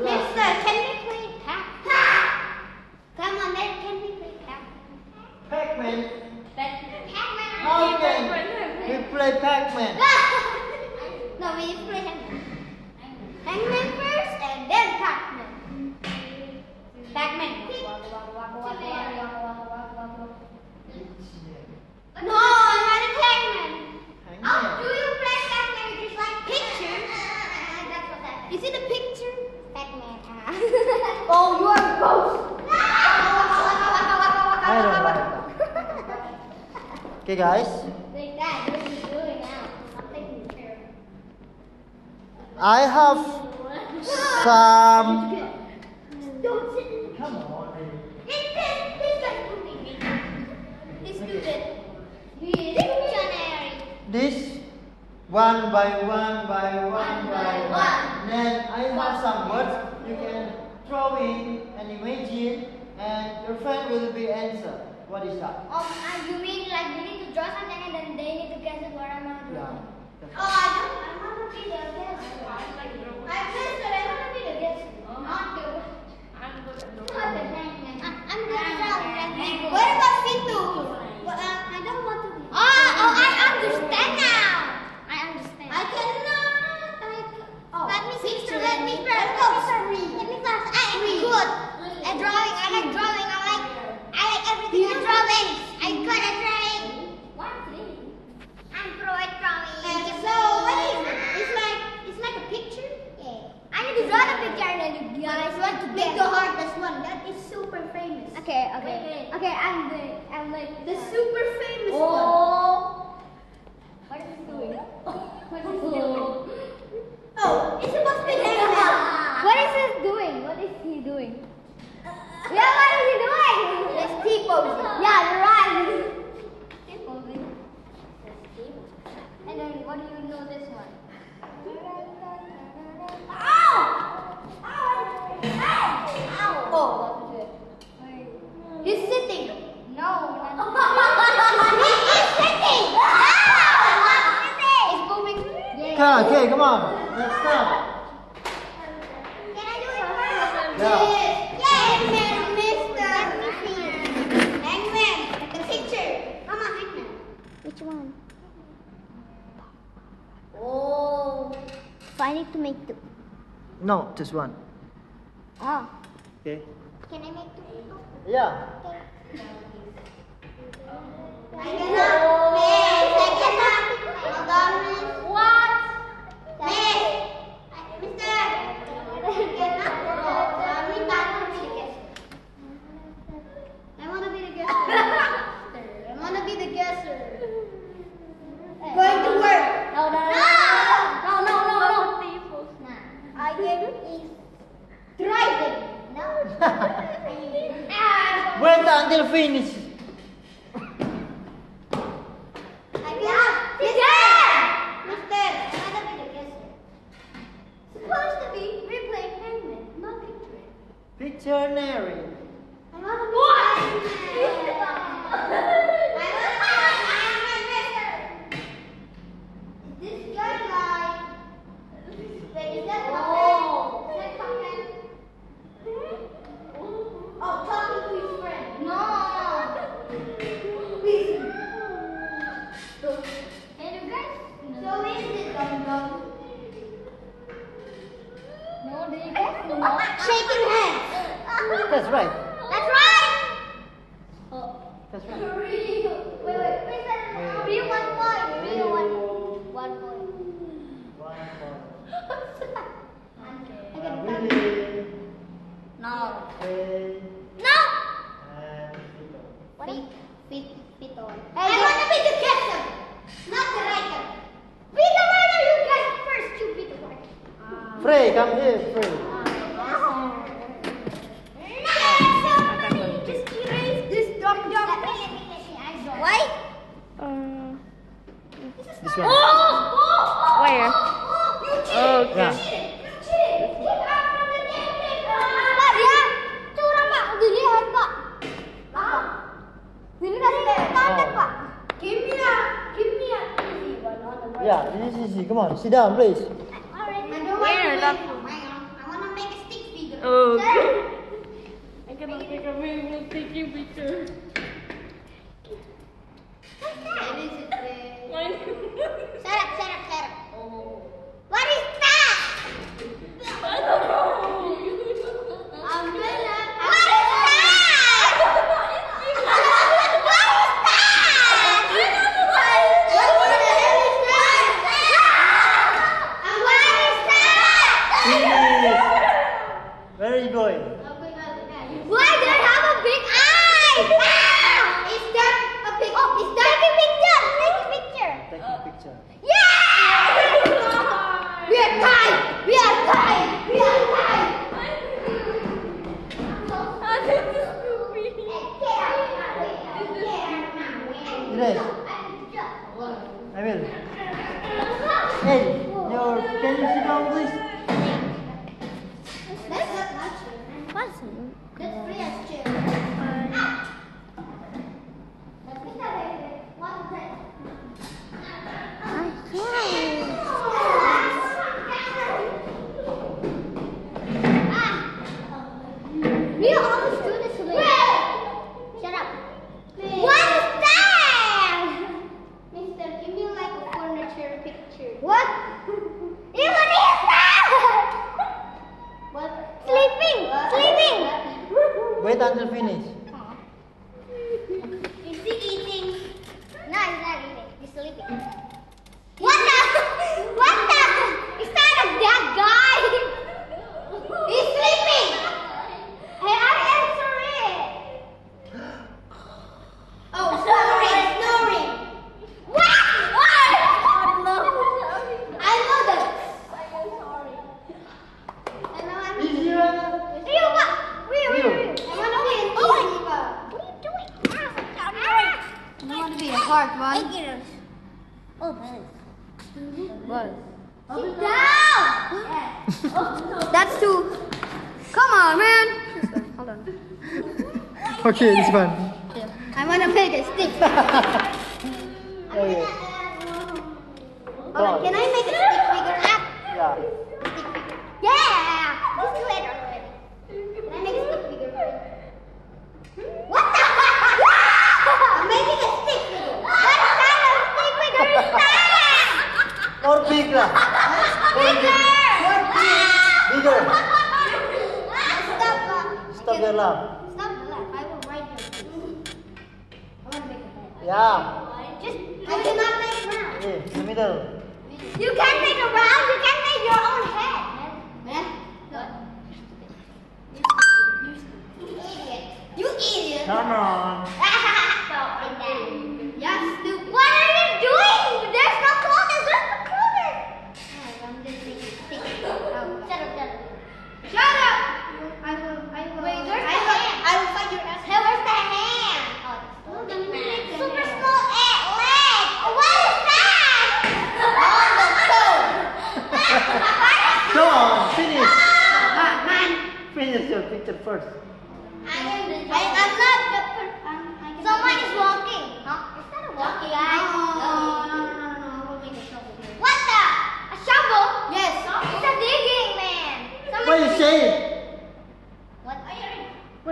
Speaker 3: left.
Speaker 1: Mister, can we play Pac? Pac! Come on, then, can we play Pac?
Speaker 3: Pac-Man.
Speaker 1: Pac-Man!
Speaker 3: How can we play Pac-Man?
Speaker 1: no, we just play Hangman. Hangman first and then Pac-Man. Pac-Man. No, I want to play Pac-Man. Oh, do
Speaker 3: Hangman.
Speaker 1: you play Pac-Man with just like pictures? That's what that is. Is it a picture? Pac-Man. oh, you are a ghost.
Speaker 3: I don't like that. Okay, guys.
Speaker 1: Like that, what are you doing now? I'm taking the chair.
Speaker 3: I have some.
Speaker 1: Don't sit in
Speaker 3: Come on, baby.
Speaker 1: It's this, this guy's pooping me. This stupid. He is dictionary.
Speaker 3: This one by one by one, by
Speaker 1: by
Speaker 3: one.
Speaker 1: one.
Speaker 3: Then I have some words you can throw in and imagine, and your friend will be answer. What is that?
Speaker 1: Oh, uh, you mean like you need to draw something and then they need to guess what I'm gonna draw?
Speaker 3: Yeah.
Speaker 1: Oh, I don't. I want to be the guest. I'm just. I want to be the guest, not the. Not the hangman. I- I'm gonna draw the hangman. What about Fitu? Well, uh, I don't want to. Be. Oh, oh, I understand now. I understand. I cannot. I c- oh. Let me see. Let me first. Let me first. I am good. At drawing, I like drawing. I like. I like everything. You drawing. I'm good at drawing. What? I'm pro at drawing. And Uh, so what is it? It's like it's like a picture. Yeah. I need to draw the picture and then you guys want to pick the hardest one. That is super famous.
Speaker 4: Okay, okay. Okay, I'm the I'm like
Speaker 1: The super famous
Speaker 4: Oh.
Speaker 1: one. What is it doing? What is it doing? Oh, it's supposed to be yeah.
Speaker 4: What is this doing? What is he doing?
Speaker 1: Uh,
Speaker 4: Yeah, what is he doing?
Speaker 1: It's T posing.
Speaker 4: Yeah, you're right.
Speaker 1: And then what do you know this one? He's sitting. No.
Speaker 4: Ah!
Speaker 1: he is sitting. It's moving.
Speaker 3: Okay, okay, come on. Let's start.
Speaker 1: Can I do it first?
Speaker 3: No.
Speaker 1: Hangman, mister. Hangman, the picture. Come on, hangman.
Speaker 2: Which one?
Speaker 1: Oh.
Speaker 2: So I need to make two.
Speaker 3: No, just one.
Speaker 2: Oh.
Speaker 3: Okay.
Speaker 1: Can I make two?
Speaker 3: Yeah.
Speaker 1: I cannot. Miss, I cannot. Hold on, miss. What? Miss. I- Mister. I cannot. Hold on, me, I want to be the guest. I want to be the guest.
Speaker 3: Wait until finish. Pictionary.
Speaker 2: Oh, talking to his friend. No. Can you guys? So is it dum dum? No, do you guys know?
Speaker 1: Shaking hands.
Speaker 3: That's right.
Speaker 1: That's right.
Speaker 3: That's right.
Speaker 2: Wait, wait, wait, wait. Be one point. Be one. One point.
Speaker 1: No.
Speaker 2: No.
Speaker 1: Feet. Feet. Feet on.
Speaker 2: I want to be the captain, not the writer. Be the writer, you guys first. You be the writer.
Speaker 3: Frey, come here, Frey.
Speaker 2: No, just erase this dum dum. Let me, let me, let me. I draw. Why?
Speaker 4: Um,
Speaker 3: This one.
Speaker 2: Nah.
Speaker 4: where? Okay.
Speaker 3: Yeah.
Speaker 2: Pak dia curang pak, dilihat pak. Pak, ini dari tangan pak. Give me a, give me a.
Speaker 3: Yeah, this is easy. Come on, sit down, please.
Speaker 4: Where? That-
Speaker 2: I want to make a stick figure.
Speaker 4: Okay. I cannot take a video taking picture. Mine.
Speaker 2: Shut up, shut up, shut up. What is that? Umbrella. What is that? What is that? What is that? And what is that?
Speaker 3: Please. Very good.
Speaker 2: Why they have a big eye? Ah! Is that a pic? Oh, is that a picture? Take a picture.
Speaker 3: Take a picture.
Speaker 2: Yeah! We are tied. We are tied. We are tied.
Speaker 3: Erase. I will. Hey, your can you sit down, please?
Speaker 2: We are all students today. Shut up. What is that? Mister, give me like a furniture picture. What? Ew, what is that? What? Sleeping! Sleeping!
Speaker 3: Wait until finish.
Speaker 2: Is he eating? No, he's not eating. He's sleeping. What the? What the? Is that a dead guy? He's sleeping. Hey, I answer it. Oh, snoring, snoring. What? What? I know that. I know I'm-
Speaker 3: Easy, right?
Speaker 2: Ew, what? Wait, wait,
Speaker 3: Ew.
Speaker 2: wait. I wanna be an easy bug. What are you doing?
Speaker 4: You want to be a hard one? What?
Speaker 2: Sit down!
Speaker 4: That's two. Come on, man. Hold on.
Speaker 3: Okay, this one.
Speaker 4: I want to make a stick.
Speaker 3: Okay.
Speaker 2: Alright, can I make a stick figure? Ah,
Speaker 3: Yeah.
Speaker 2: stick figure. Yeah! Just do it already. Can I make a stick figure? What the I'm making a stick figure. What kind of stick figure is that?
Speaker 3: Or big
Speaker 2: Bigger!
Speaker 3: lah. Bigger.
Speaker 2: Ah! Stop.
Speaker 3: Stop your laugh.
Speaker 2: Stop the laugh. I will write your face. I want to make a bed.
Speaker 3: Yeah.
Speaker 2: Just I cannot make round.
Speaker 3: Okay, in the middle.
Speaker 2: You can make a round. You can make your own head. Man, Oh, you idiot. You idiot.
Speaker 3: Come on.
Speaker 2: Stop like that. You're stupid. What are you doing? There's no clothes. Where's the clothes? I'm just making stick. Oh, shut up, shut up. Shut up. I will. I will. Wait, where's I the will, hand? I will find your ass. Hey, where's the Oh,
Speaker 1: um,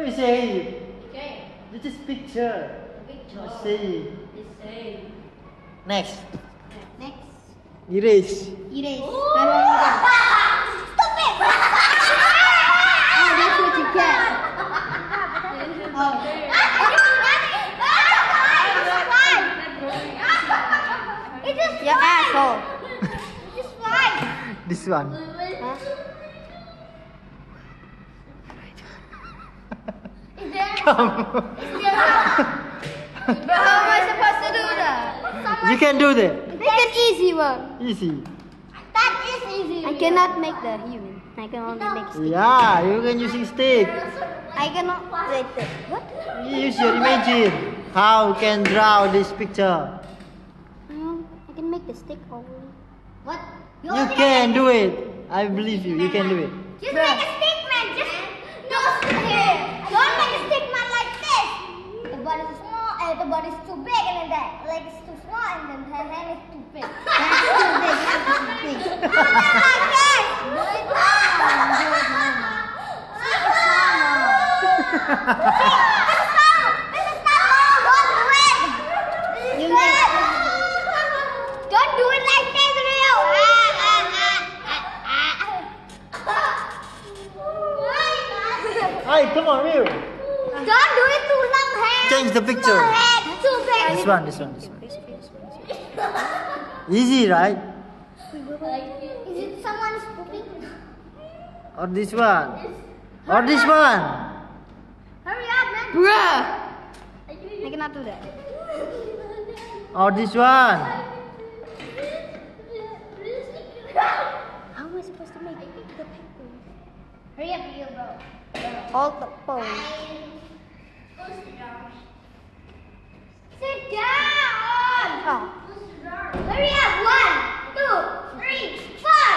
Speaker 1: Oh,
Speaker 3: This is picture. Not saying. Next.
Speaker 1: Next.
Speaker 3: Erase.
Speaker 1: Erase. Ah!
Speaker 4: Oh, that's what you get.
Speaker 1: Ah,
Speaker 2: It's just
Speaker 1: You're asshole.
Speaker 2: just fine.
Speaker 3: This one.
Speaker 2: Is there?
Speaker 3: Come.
Speaker 2: Is there?
Speaker 1: But how am I supposed to do that?
Speaker 3: you can do that.
Speaker 1: Make an easy one.
Speaker 3: Easy.
Speaker 2: That is easy.
Speaker 1: I cannot make the human. I can only make.
Speaker 3: Yeah, you can using stick.
Speaker 1: I cannot. Wait. wait. What?
Speaker 3: Use your imagine. How you can draw this picture?
Speaker 1: Um, I can make the stick over.
Speaker 2: What?
Speaker 3: You can do it. I believe you. You can do it.
Speaker 2: Just make a statement. Just don't sit here. Don't make a statement like this. The butt is small and the butt is too big and then that leg is too small and then the hand is too big. That's too big. That's too big. Don't do it like this, Rio! Ah, ah, ah, ah, ah.
Speaker 3: Hey, come on, real.
Speaker 2: Don't do it too long hand.
Speaker 3: Change the picture.
Speaker 2: Long hand, too big.
Speaker 3: This one. This one. This one. Easy, right?
Speaker 2: Is it someone's pooping?
Speaker 3: Or this one? Or this one?
Speaker 2: Hurry up, man.
Speaker 1: Bruh. I cannot do that.
Speaker 3: Or this one?
Speaker 1: How am I supposed to make the people?
Speaker 2: Hurry up, you bro.
Speaker 1: All the bones.
Speaker 2: Sit down.
Speaker 1: Oh,
Speaker 2: Hurry up. One, two, three, four.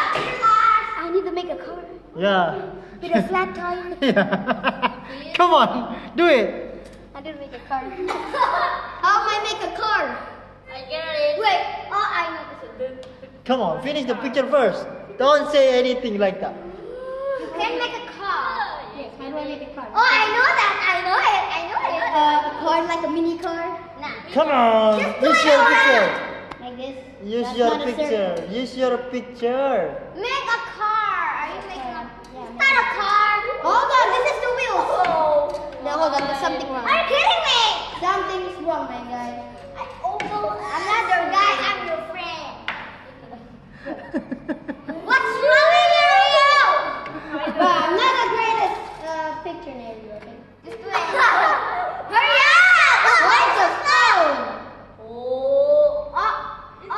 Speaker 1: I need to make a car
Speaker 3: Yeah.
Speaker 1: with a flat tire.
Speaker 3: yeah. come on, do it.
Speaker 1: I didn't make a car.
Speaker 2: How am I make a car? I get it. Wait. Oh, I know this one.
Speaker 3: Come on, finish the picture first. Don't say anything like that.
Speaker 2: You can make a car.
Speaker 1: Yes, how do I make a car?
Speaker 2: Oh, I know that. I know it. I know it.
Speaker 1: Uh, a car like a mini car.
Speaker 2: nah.
Speaker 3: Come on,
Speaker 2: Just do
Speaker 3: use
Speaker 2: it
Speaker 3: your
Speaker 2: all
Speaker 3: picture.
Speaker 1: Like this.
Speaker 3: Use
Speaker 1: That's
Speaker 3: your
Speaker 1: not a circle.
Speaker 3: picture. Use your picture.
Speaker 2: Make a car. Are you making a?
Speaker 1: Yeah,
Speaker 2: It's not a car.
Speaker 1: Hold on, this is the wheels.
Speaker 2: Oh.
Speaker 1: No, hold on, there's something wrong.
Speaker 2: Are you kidding me?
Speaker 1: Something is wrong, my guy.
Speaker 2: I also. I'm not your guy. I'm your friend. What's wrong with you?
Speaker 1: But I'm not the greatest uh, picture name. Okay?
Speaker 2: Just do it. Hurry up!
Speaker 1: Why so slow?
Speaker 2: Oh. Oh. Oh. Oh.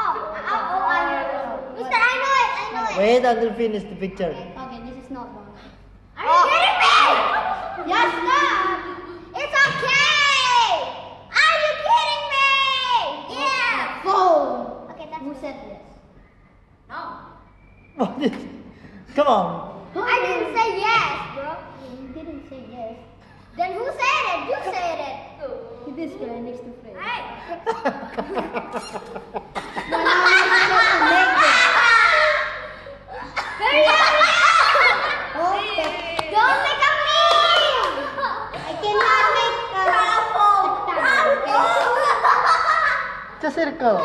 Speaker 2: Oh. I know. Mister, I know it. I know it.
Speaker 3: Wait until finish the picture.
Speaker 1: Okay, this is not wrong.
Speaker 2: Are you kidding me?
Speaker 1: Yes,
Speaker 2: It's okay. Are you kidding me? Yeah.
Speaker 1: Phone.
Speaker 2: Okay, that's
Speaker 1: Who said this?
Speaker 2: No.
Speaker 3: What is- come on.
Speaker 2: I didn't say yes, bro.
Speaker 1: You didn't say yes.
Speaker 2: Then who said it? You said it.
Speaker 1: This guy next to Fred.
Speaker 2: Alright. Hurry up!
Speaker 1: Okay.
Speaker 2: Don't make a meme! I cannot make a Bravo!
Speaker 3: It's a circle.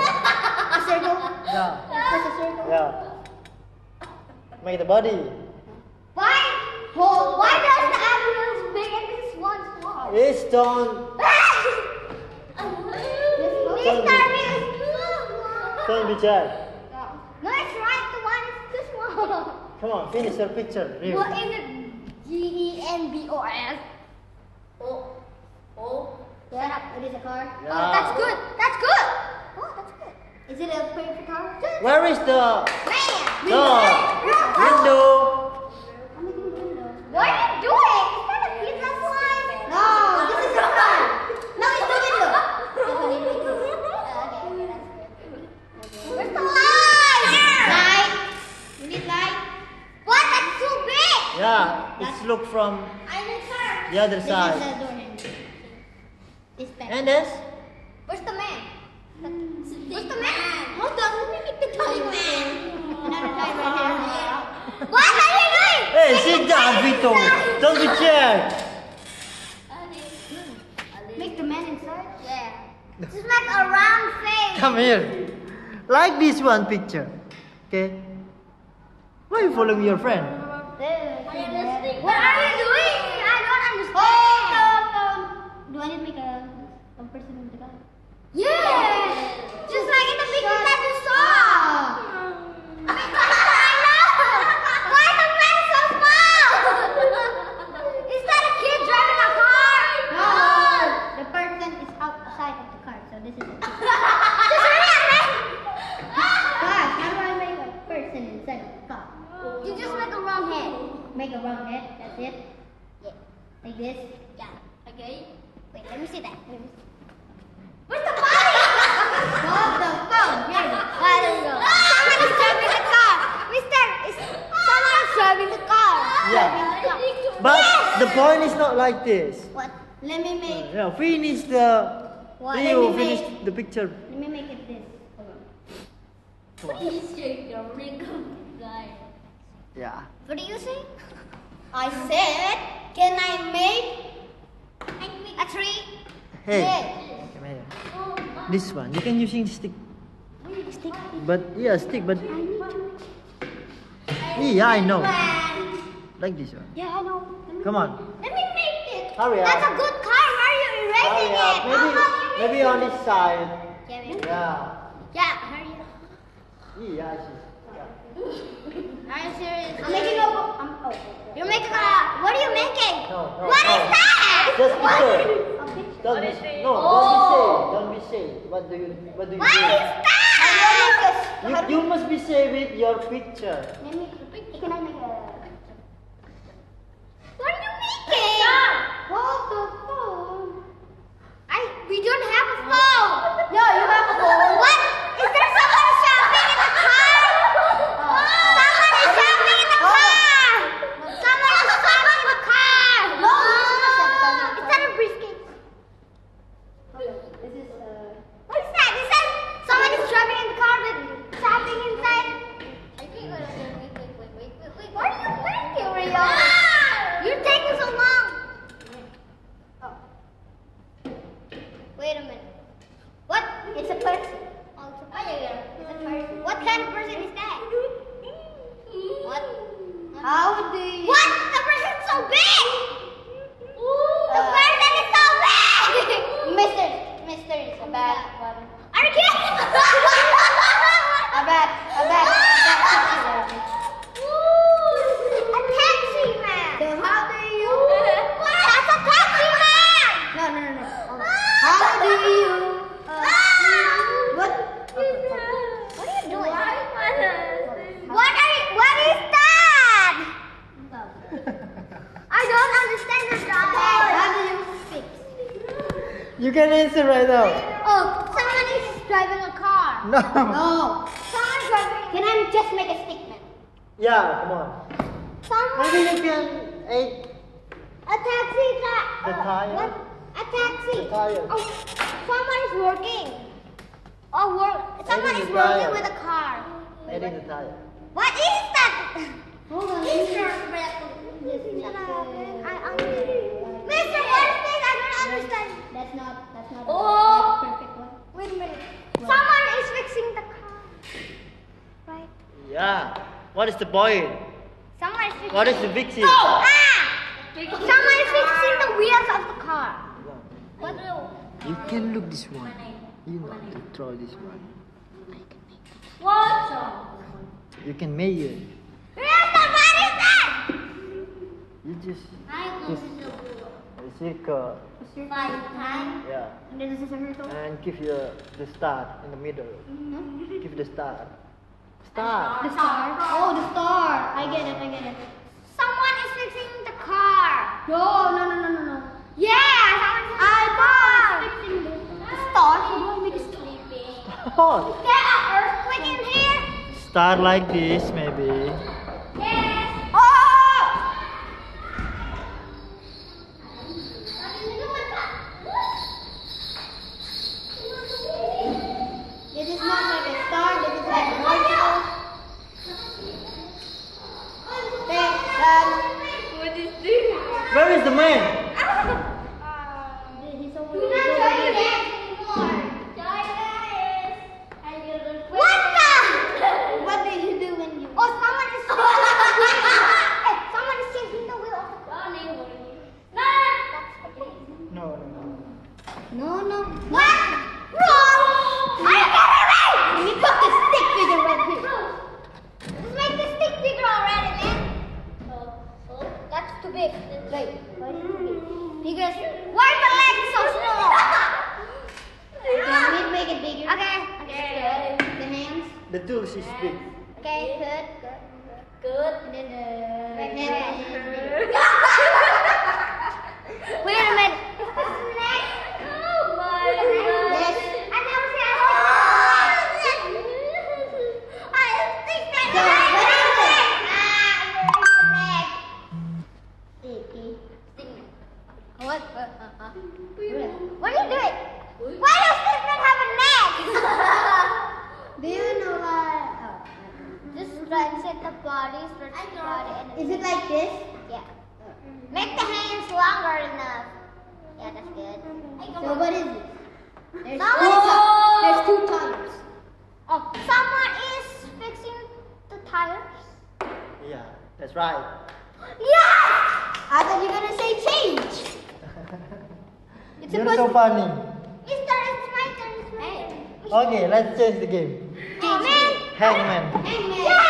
Speaker 1: A circle.
Speaker 3: Yeah.
Speaker 1: Press a circle.
Speaker 3: Yeah. Make the body.
Speaker 2: Why? Why does the ambulance big and this one small?
Speaker 3: It's done.
Speaker 2: Mr. Mills, too
Speaker 3: Turn
Speaker 2: small.
Speaker 3: picture.
Speaker 2: No, it's right. The one is too small.
Speaker 3: Come on, finish your picture. Real.
Speaker 2: What is it? G E N B O S. Oh, oh.
Speaker 1: Shut up. It is a car.
Speaker 2: Oh, that's
Speaker 3: Yeah.
Speaker 2: good. That's good. Oh, that's good. Is it a paper car? Good.
Speaker 3: Where is the
Speaker 2: Man.
Speaker 3: No.
Speaker 2: No.
Speaker 3: window?
Speaker 2: What are you doing? Is that a pizza slice?
Speaker 1: No, this is a car. No, it's the window.
Speaker 2: Where's the light? Light. You need light. What? That's too big.
Speaker 3: Yeah, it's look from
Speaker 2: I need her.
Speaker 3: the other
Speaker 1: This is
Speaker 3: side.
Speaker 1: a door handle. This back.
Speaker 3: And this?
Speaker 2: Where's the man? Where's the man?
Speaker 1: Hold on, let me make the time. Another time right here.
Speaker 2: What are you doing?
Speaker 3: Hey, sit down, Vito. Don't be scared.
Speaker 2: Ali. Ali. Make the man inside? Yeah. Just make a round face.
Speaker 3: Come here. Like this one picture. Okay? Why you following your friend?
Speaker 2: What are you doing? I don't understand.
Speaker 1: Do I need to make a, a person with the guy?
Speaker 2: Yeah. Just like in the picture that you saw. I know. Why the man is so small? Is that a kid driving a car?
Speaker 1: The person is outside of the car, so this is it.
Speaker 2: Just hurry up, man.
Speaker 1: Guys, how do I make a person inside of the car?
Speaker 2: You just make a wrong head.
Speaker 1: Make a round head, that's it?
Speaker 2: Yeah.
Speaker 1: Like this?
Speaker 2: Yeah. Okay.
Speaker 1: Wait, let me see that. Let me see.
Speaker 2: Where's the body?
Speaker 1: What the Ah! fuck? I don't know.
Speaker 2: Someone is driving the car. Mister, is someone is driving the car.
Speaker 1: Ah!
Speaker 3: Yeah. But the point is not like this.
Speaker 1: What? Let me make.
Speaker 3: Yeah, finish the.
Speaker 1: What?
Speaker 3: Leo,
Speaker 1: Let me
Speaker 3: finish
Speaker 1: make.
Speaker 3: the picture.
Speaker 1: Let me make it this. Hold on.
Speaker 3: Yeah.
Speaker 1: What do you say? I said, can I make a tree?
Speaker 3: Hey. Come here. This one. You can using stick.
Speaker 1: Stick.
Speaker 3: But yeah, stick. But yeah, I know. Like this one.
Speaker 1: Yeah, I know.
Speaker 3: Come on.
Speaker 2: Let me make it.
Speaker 3: Hurry
Speaker 2: That's
Speaker 3: up.
Speaker 2: a good car. Why are you erasing
Speaker 1: Oh,
Speaker 2: it? How come you
Speaker 3: maybe on this side.
Speaker 1: Yeah, we-
Speaker 3: Yeah.
Speaker 1: yeah. Hurry up.
Speaker 3: Yeah.
Speaker 1: Are you serious?
Speaker 2: I'm making a. I'm, oh, you're making a. What are you making?
Speaker 3: No, no,
Speaker 2: What is
Speaker 3: no.
Speaker 2: that?
Speaker 3: Just
Speaker 2: what?
Speaker 3: picture.
Speaker 2: A picture.
Speaker 3: Don't be, no, don't be safe. Don't be safe. What do you what do you
Speaker 2: What is
Speaker 3: do?
Speaker 2: that?
Speaker 3: You, you must be safe with your picture.
Speaker 1: Let me. Can I make a?
Speaker 2: What are you making?
Speaker 1: What the fuck?
Speaker 2: I. We don't have a phone.
Speaker 1: No, you have a phone.
Speaker 2: What? Is there someone shopping in the car? Someone is shopping in the car. Someone is shopping in the car.
Speaker 1: No, this is not that.
Speaker 2: Is that a briefcase?
Speaker 1: This is uh.
Speaker 2: What is that? Is that someone is driving in the car with something inside? What are you making, Rio?
Speaker 1: Ah!
Speaker 2: You're taking so long. Oh.
Speaker 1: Wait a minute. What? It's a person. Oh, it's a person. It's a person. What kind of person is that? What? How do you?
Speaker 2: What? The person's so big. The
Speaker 1: Uh,
Speaker 2: person is so big.
Speaker 1: Mister, Mister is a bad one.
Speaker 2: Are you kidding?
Speaker 1: A bad, a bad, a bad person.
Speaker 2: A taxi man.
Speaker 1: So how do you?
Speaker 2: What? That's a taxi man.
Speaker 1: No, no, no, no. Hold on. How do you?
Speaker 2: Ah!
Speaker 1: What?
Speaker 2: What are you doing? What are you, what is that? I don't understand your
Speaker 1: How
Speaker 2: job.
Speaker 1: do you fix?
Speaker 3: You can answer right now.
Speaker 2: Oh, someone is driving a car.
Speaker 3: No.
Speaker 1: No. Someone's driving. Can I just make a statement?
Speaker 3: Yeah, come on.
Speaker 2: Someone
Speaker 3: Maybe you can aid
Speaker 2: a taxi car.
Speaker 3: The
Speaker 2: uh,
Speaker 3: tire.
Speaker 2: What? A taxi.
Speaker 3: The tire.
Speaker 2: Oh, someone is working. Oh, work. Someone
Speaker 3: the
Speaker 2: is working
Speaker 3: tire.
Speaker 2: with a car.
Speaker 3: aiding the tire.
Speaker 2: What is that?
Speaker 1: Hold on.
Speaker 2: I understand. Mister, what is this? I don't understand.
Speaker 1: That's not. That's not.
Speaker 2: Oh.
Speaker 1: A perfect one.
Speaker 2: Wait a minute. Someone is fixing the car. Right?
Speaker 3: Yeah. What is the point?
Speaker 2: Someone is fixing.
Speaker 3: What is the victim?
Speaker 2: Oh! Ah! Someone is fixing the wheels of the car. What?
Speaker 3: You can look this one. You want to draw this one.
Speaker 2: What?
Speaker 3: You can measure.
Speaker 2: Where's the what is that?
Speaker 3: You just uh,
Speaker 1: I
Speaker 3: go to a circle.
Speaker 1: Five times.
Speaker 3: Yeah.
Speaker 1: This is a circle.
Speaker 3: And give your the star in the middle. Give the star. Star.
Speaker 1: The star. Oh, the star. I get it. I get it.
Speaker 2: Someone is fixing the car.
Speaker 1: No, no, no, no, no, no.
Speaker 2: Yeah, someone is fixing the car.
Speaker 1: Fixing the star. How do I make a star?
Speaker 3: Oh.
Speaker 2: Is there an earthquake in here?
Speaker 3: Star like this maybe.
Speaker 2: Yes. Oh!
Speaker 1: This is not like a star. This is like a circle. Six, seven.
Speaker 3: Where is the man?
Speaker 1: He's over there. Oh,
Speaker 2: No, no.
Speaker 1: What? Wrong! I got it right! Let me put the stick figure right here. Just make the stick figure already, man.
Speaker 2: Oh, That's too big. That's right. Why is it too big? Because
Speaker 1: Why my leg is so small?
Speaker 2: can we make it bigger?
Speaker 1: okay.
Speaker 2: Okay. The hands.
Speaker 3: The tools is big.
Speaker 2: Okay. Good. Good. And then the right hand.
Speaker 1: Wait a minute. Oh my
Speaker 2: Yes.
Speaker 1: I never said I stick that
Speaker 2: So, what is it?
Speaker 1: Ah,
Speaker 2: What? Uh, uh, uh.
Speaker 1: What are you doing? Why does this man have a neck?
Speaker 2: Do you know what?
Speaker 1: Just stretch the body, stretch the body, and
Speaker 2: Is it like this?
Speaker 1: Yeah. Make the hands longer enough. Yeah, that's good.
Speaker 2: So what is it? There's
Speaker 1: Now
Speaker 2: two
Speaker 1: it's a-
Speaker 2: top- There's two tops.
Speaker 1: Oh, someone is fixing the tires.
Speaker 3: Yeah, that's right.
Speaker 1: Yes!
Speaker 2: I thought you were gonna say change. It's
Speaker 3: You're
Speaker 2: supposed
Speaker 3: so funny.
Speaker 1: It's turn, it's my turn, it's my turn.
Speaker 3: Okay, let's change the game.
Speaker 1: Oh, man.
Speaker 3: Hangman.
Speaker 2: Hangman.
Speaker 1: Yes!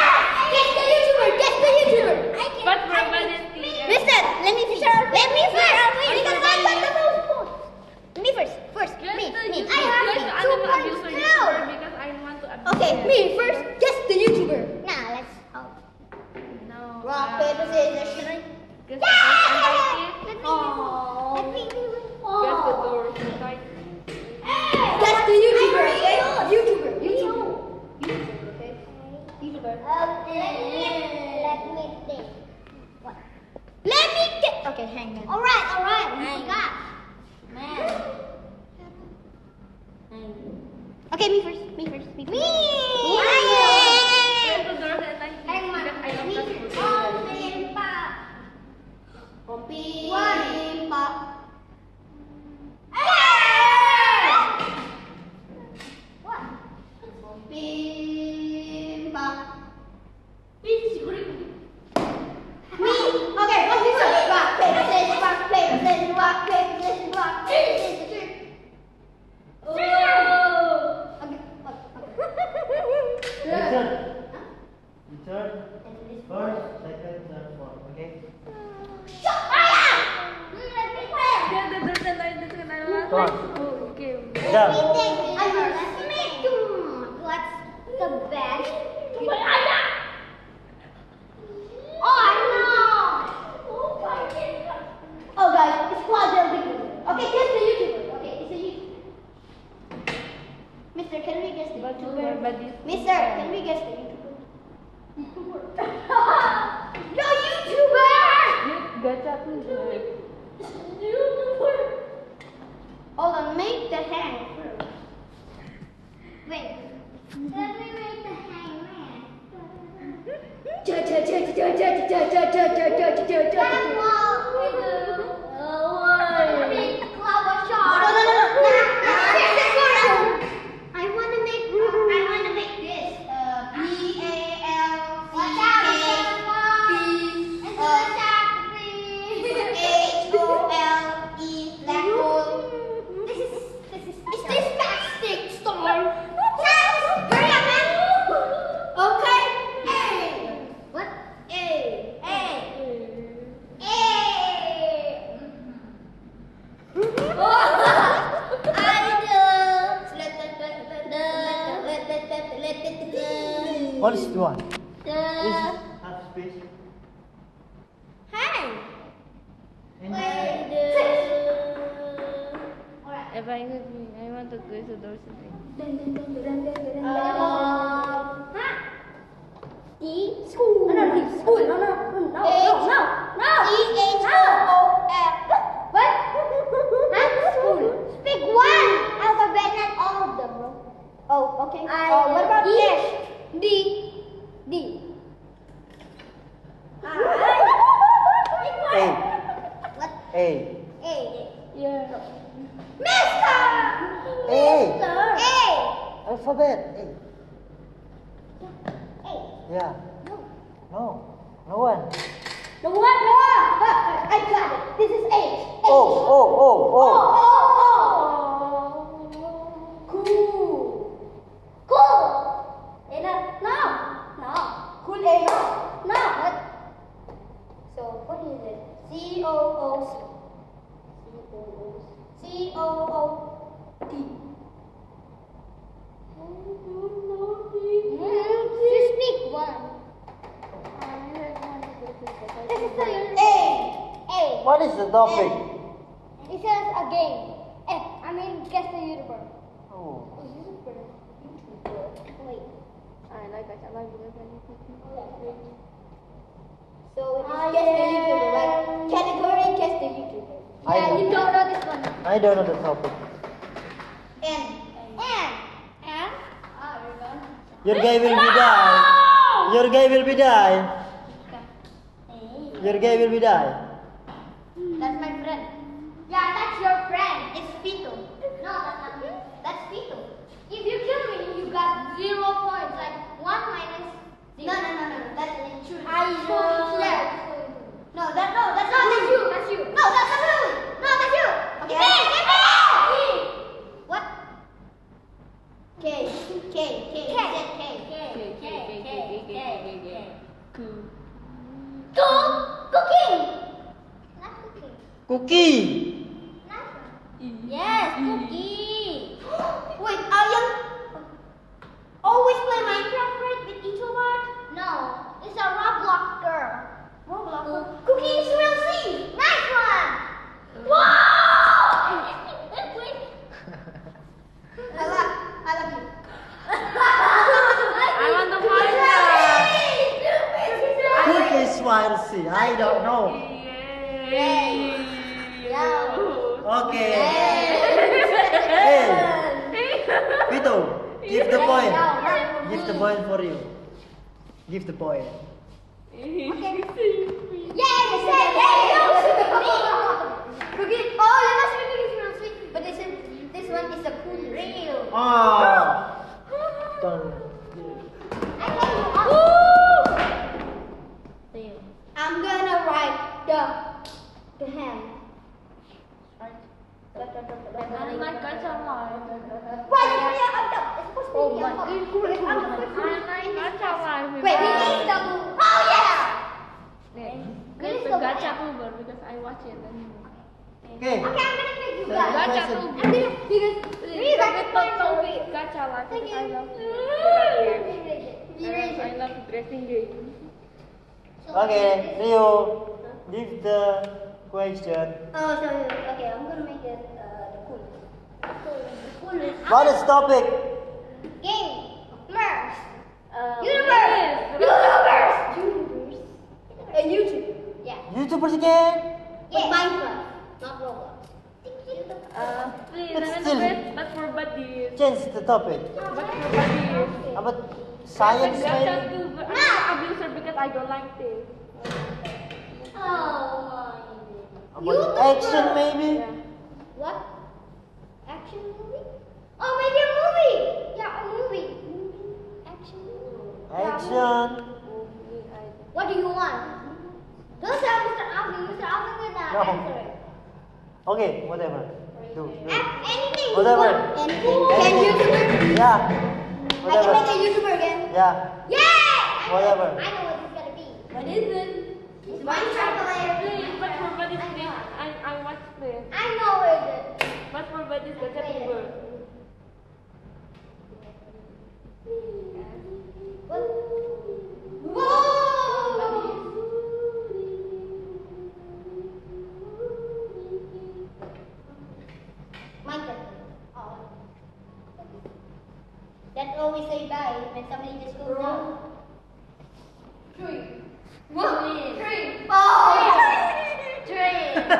Speaker 1: Guess the YouTuber, guess the YouTuber. I can,
Speaker 6: But
Speaker 1: I
Speaker 6: from
Speaker 1: can.
Speaker 6: Valentina.
Speaker 1: Listen, let me first. Let me first. Because I got the most points. Me first, first,
Speaker 6: Guess
Speaker 1: me,
Speaker 6: the
Speaker 1: me. I
Speaker 6: YouTuber. Guess
Speaker 1: have
Speaker 6: I don't abuse my
Speaker 1: 2.2.
Speaker 6: YouTuber because I want to abuse
Speaker 1: Okay,
Speaker 6: her.
Speaker 1: me first. Guess the YouTuber. Now let's. Oh.
Speaker 6: No.
Speaker 2: Rock,
Speaker 6: uh,
Speaker 2: paper, scissors, shoot.
Speaker 1: Yeah!
Speaker 6: Guess the
Speaker 1: Let me
Speaker 2: Oh.
Speaker 1: do it. Let me do it.
Speaker 6: Guess the door is tight.
Speaker 1: That's the YouTuber. okay? YouTuber. YouTuber. YouTuber. Okay. Let me think. What? Let me get.
Speaker 2: Okay, hangman.
Speaker 1: All right. All right. Oh my God.
Speaker 2: Okay, me first. Me first. Me.
Speaker 1: Me.
Speaker 6: Guess the door is tight. Because I don't trust you.
Speaker 2: One. Pop. Bim bop.
Speaker 1: Me. Okay. What you say? Rock paper scissors. Rock paper scissors. Rock paper scissors. Rock paper scissors.
Speaker 3: Your turn. Your turn. First, second, third, fourth. Okay.
Speaker 6: Guess the door is tight. Guess the door is
Speaker 3: Go
Speaker 6: tight.
Speaker 3: on.
Speaker 6: Okay.
Speaker 3: Done.
Speaker 1: Oh guys, it's quadra Okay, guess the YouTuber. Okay, it's a YouTuber. Mister, can we guess the
Speaker 6: But you
Speaker 1: YouTuber?
Speaker 6: were- but you-
Speaker 1: Mister, can we guess the YouTuber? YouTuber. no YouTuber!
Speaker 6: You gacha tuh.
Speaker 1: Hold on, make the hand first. Wait. Let me make the hangman. That wall with the big claw shark.
Speaker 2: No, no, no, no.
Speaker 1: Nah, nah,
Speaker 2: Nah.
Speaker 1: this is what I want. I wanna make I wanna make this.
Speaker 2: Uh, B A L C
Speaker 1: Watch out,
Speaker 2: K
Speaker 1: it's a shark. It's a shark.
Speaker 2: H O L E. Black hole.
Speaker 1: This is this is it's this plastic storm. Hurry up, man. Okay. A. What? A. A. A.
Speaker 3: What is the one?
Speaker 1: The
Speaker 3: Half space.
Speaker 1: hang.
Speaker 3: And
Speaker 6: If I could, I want to guess the door is tight.
Speaker 1: Um, huh? D.
Speaker 2: No, no, no. School. No, no, no, no, no, no.
Speaker 1: No. D-H-O-O-F. What? Not school. Pick one alphabet, not all of them, bro.
Speaker 2: Oh, okay.
Speaker 1: I-
Speaker 2: Oh, what about
Speaker 1: D.
Speaker 2: this?
Speaker 1: D. D.
Speaker 3: A.
Speaker 1: What?
Speaker 3: A.
Speaker 1: A.
Speaker 6: Yeah.
Speaker 1: Mister!
Speaker 3: A.
Speaker 1: A.
Speaker 3: Alphabet. A.
Speaker 1: A.
Speaker 3: Yeah. No. No one.
Speaker 1: The Uh, one more. I got it. This is H.
Speaker 3: Oh, oh, oh, oh.
Speaker 1: Oh, oh, oh. Mm-hmm.
Speaker 3: the topic.
Speaker 2: It says a game. Eh, I mean, guess the YouTuber.
Speaker 3: Oh.
Speaker 2: YouTuber. YouTuber. Wait.
Speaker 6: I like I like blue.
Speaker 2: So it is guess the YouTuber, right? Category guess the YouTuber.
Speaker 3: I
Speaker 2: yeah,
Speaker 3: know.
Speaker 2: you don't know this one.
Speaker 3: I don't know the topic.
Speaker 2: And and and.
Speaker 3: Your guy will be
Speaker 2: Oh!
Speaker 3: die. Your guy will be die. Your guy will be die.
Speaker 1: That's my friend.
Speaker 2: Yeah, that's your friend.
Speaker 1: It's Fito.
Speaker 2: No, that's not me. That's Fito. If you kill me, you got zero points. Like one minus
Speaker 1: No,
Speaker 2: zero.
Speaker 1: no, no, no. That's an intruder.
Speaker 2: I know. Yeah.
Speaker 1: No, that no, that's
Speaker 2: No,
Speaker 1: not
Speaker 2: that's
Speaker 1: me.
Speaker 2: you. That's you.
Speaker 1: No, that's not me.
Speaker 2: No, that's you.
Speaker 1: Okay.
Speaker 2: Hey, hey, hey!
Speaker 1: What? K, K, K, K, K, K.
Speaker 2: Cook, cooking. Not cooking.
Speaker 3: Cookie.
Speaker 1: Yes, cookie. Wait, are you always play Minecraft right with introvert?
Speaker 2: No, it's a Roblox girl.
Speaker 1: Roblox.
Speaker 2: Cooking is real C. Nice one. Wow.
Speaker 1: I love, I love you.
Speaker 6: I want the pasta.
Speaker 3: Cookie is spicy. I don't know.
Speaker 6: Yay.
Speaker 3: Okay. Hey. Vito, give the point. Give the point for you. Give the point.
Speaker 1: Cookie. Oh, you must be cookies from sweet. But this is this one is a cool real.
Speaker 3: Oh. Don't.
Speaker 1: I'm gonna write the the ham.
Speaker 6: I like I
Speaker 1: Why did you be up top? It's supposed to be up top. It's on the first one.
Speaker 6: like
Speaker 1: Wait, we
Speaker 6: gacha
Speaker 1: need the oh yeah.
Speaker 6: There's the gacha Uber because I watch it. and-
Speaker 3: Okay.
Speaker 1: Okay, I'm gonna make you guys.
Speaker 6: Gacha
Speaker 3: Question.
Speaker 6: Uber.
Speaker 1: Really, that's
Speaker 6: Gacha life because I love it. I love dressing game.
Speaker 3: Okay, Rio, give the question.
Speaker 1: Oh, so okay, I'm gonna make it uh, the cool. Cool, cool.
Speaker 3: What is topic?
Speaker 1: Game, merch,
Speaker 6: Uh,
Speaker 1: universe, universe, universe, a YouTube. Yeah,
Speaker 3: YouTubers again?
Speaker 1: yeah. Oh, Minecraft, not Roblox.
Speaker 6: Uh, please,
Speaker 3: But
Speaker 6: I'm
Speaker 3: still-
Speaker 6: dress but for buddies.
Speaker 3: Change the topic.
Speaker 6: But for buddies.
Speaker 3: About science
Speaker 6: gacha
Speaker 3: maybe?
Speaker 6: Uber. I'm not abuser because I don't like this.
Speaker 3: About action maybe?
Speaker 1: What? Action movie? Oh, maybe a movie. Yeah, a movie. Action movie.
Speaker 3: Action.
Speaker 1: What do you want? Don't say Mr. Alvin. Mr. Alvin will not
Speaker 3: No.
Speaker 1: answer it.
Speaker 3: Okay, whatever. Do, do.
Speaker 1: Act- Anything.
Speaker 3: Whatever.
Speaker 1: Anything. Can
Speaker 3: Anything.
Speaker 1: YouTuber?
Speaker 3: Yeah.
Speaker 1: I can make
Speaker 3: Whatever.
Speaker 1: a YouTuber again.
Speaker 3: Yeah.
Speaker 1: Yeah! I know-
Speaker 3: Whatever.
Speaker 1: I know what it's gonna be. What is it? It's Minecraft player.
Speaker 6: Please, but for buddies, please. I, I watch this.
Speaker 1: I know what it is.
Speaker 6: But for buddies, gacha Uber.
Speaker 1: What? Whoa! Minecraft. Oh. That's always say bye when somebody just goes down.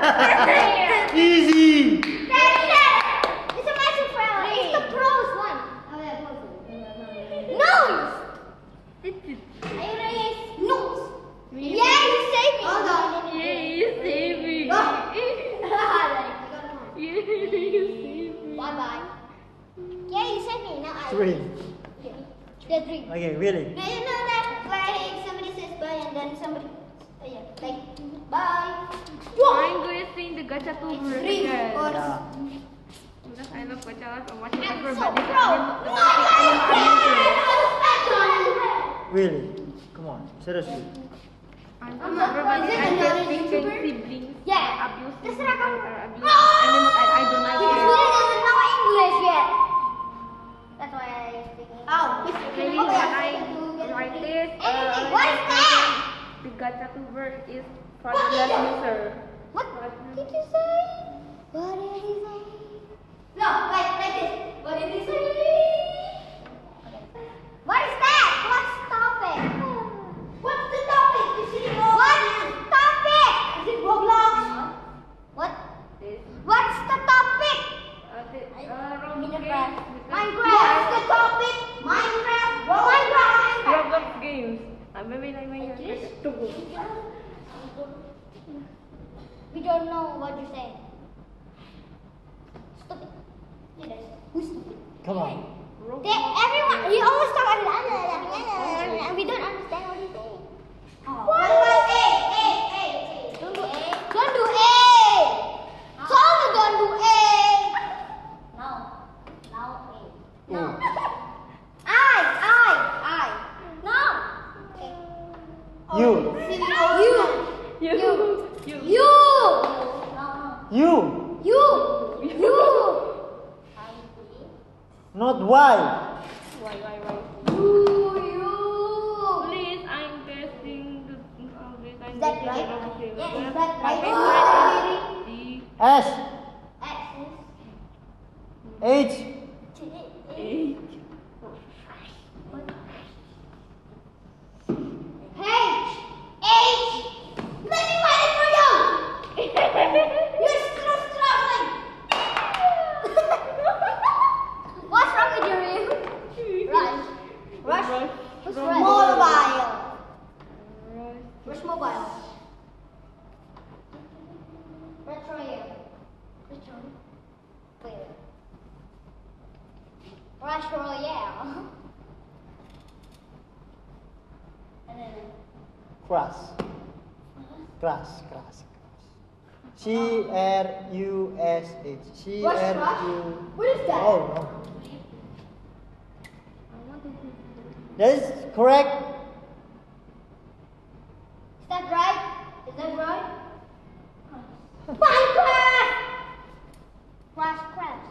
Speaker 1: Oh.
Speaker 3: Easy.
Speaker 6: Yeah, you save me.
Speaker 1: Ah.
Speaker 6: Yeah, you save me.
Speaker 3: Three.
Speaker 1: The three.
Speaker 3: Okay, really.
Speaker 1: Do you know that like somebody says bye and then somebody uh, yeah, like bye.
Speaker 6: I'm going to sing the gacha tuber
Speaker 1: Three
Speaker 6: again.
Speaker 1: or
Speaker 3: Yeah.
Speaker 6: Because I love gacha life. I'm watching it for
Speaker 1: I'm so
Speaker 6: buddies.
Speaker 1: pro. No, I
Speaker 3: Really. Come on. Seriously.
Speaker 6: I'm
Speaker 1: I'm
Speaker 6: I'm
Speaker 1: not
Speaker 6: not
Speaker 1: pro. Is it
Speaker 6: I
Speaker 1: another
Speaker 6: just think
Speaker 1: YouTuber?
Speaker 6: that siblings
Speaker 1: Yeah.
Speaker 6: abuse
Speaker 1: Terserah
Speaker 6: siblings
Speaker 1: kamu.
Speaker 6: are abuse. animals. I, I don't like
Speaker 1: Because
Speaker 6: it.
Speaker 1: we doesn't know English yet.
Speaker 2: That's why I think.
Speaker 1: Oh, it's
Speaker 6: Maybe
Speaker 1: okay.
Speaker 6: when I write this, uh,
Speaker 1: Anything.
Speaker 6: I
Speaker 1: What is
Speaker 6: think
Speaker 1: that?
Speaker 6: the gacha tuber is for the user.
Speaker 1: What?
Speaker 6: For the uh,
Speaker 1: We don't know what you're saying. Stupid. It is. Who's stupid?
Speaker 3: Come on.
Speaker 1: They, everyone, you always talk about it. And we don't understand what you're saying.
Speaker 2: What about A? A, A, A.
Speaker 1: Don't do A. Don't do A. Tell me don't do A.
Speaker 2: No. No, A.
Speaker 3: Oh.
Speaker 1: I, I, I.
Speaker 2: No.
Speaker 3: You.
Speaker 1: You,
Speaker 6: You. You. you.
Speaker 1: you,
Speaker 2: No, no.
Speaker 3: You.
Speaker 1: you, you.
Speaker 2: I, B.
Speaker 3: Not why.
Speaker 6: Why, why, why? Please, I'm guessing the uh, please, I'm
Speaker 1: Is that
Speaker 6: guessing
Speaker 1: right?
Speaker 6: the wrong flavor.
Speaker 1: Yeah, is
Speaker 6: But
Speaker 1: that
Speaker 6: my
Speaker 1: right?
Speaker 6: favorite is
Speaker 3: S. H.
Speaker 6: the egg.
Speaker 1: H, H. Let me find it for you. You're still struggling. What's wrong with your ear? Rush. Rush.
Speaker 6: Rush.
Speaker 1: What's
Speaker 6: Rush.
Speaker 1: rush? Mobile.
Speaker 6: Rush.
Speaker 1: Rush mobile. Retro year. Retro. Wait. Rush Royale. and then
Speaker 3: Crush. Crush. Crush. C R U S H. C
Speaker 1: Rush,
Speaker 3: R
Speaker 1: rush?
Speaker 3: U.
Speaker 1: What is that?
Speaker 3: Oh no. That is correct.
Speaker 1: Is that right? Is that right? Minecraft! Crash, crash.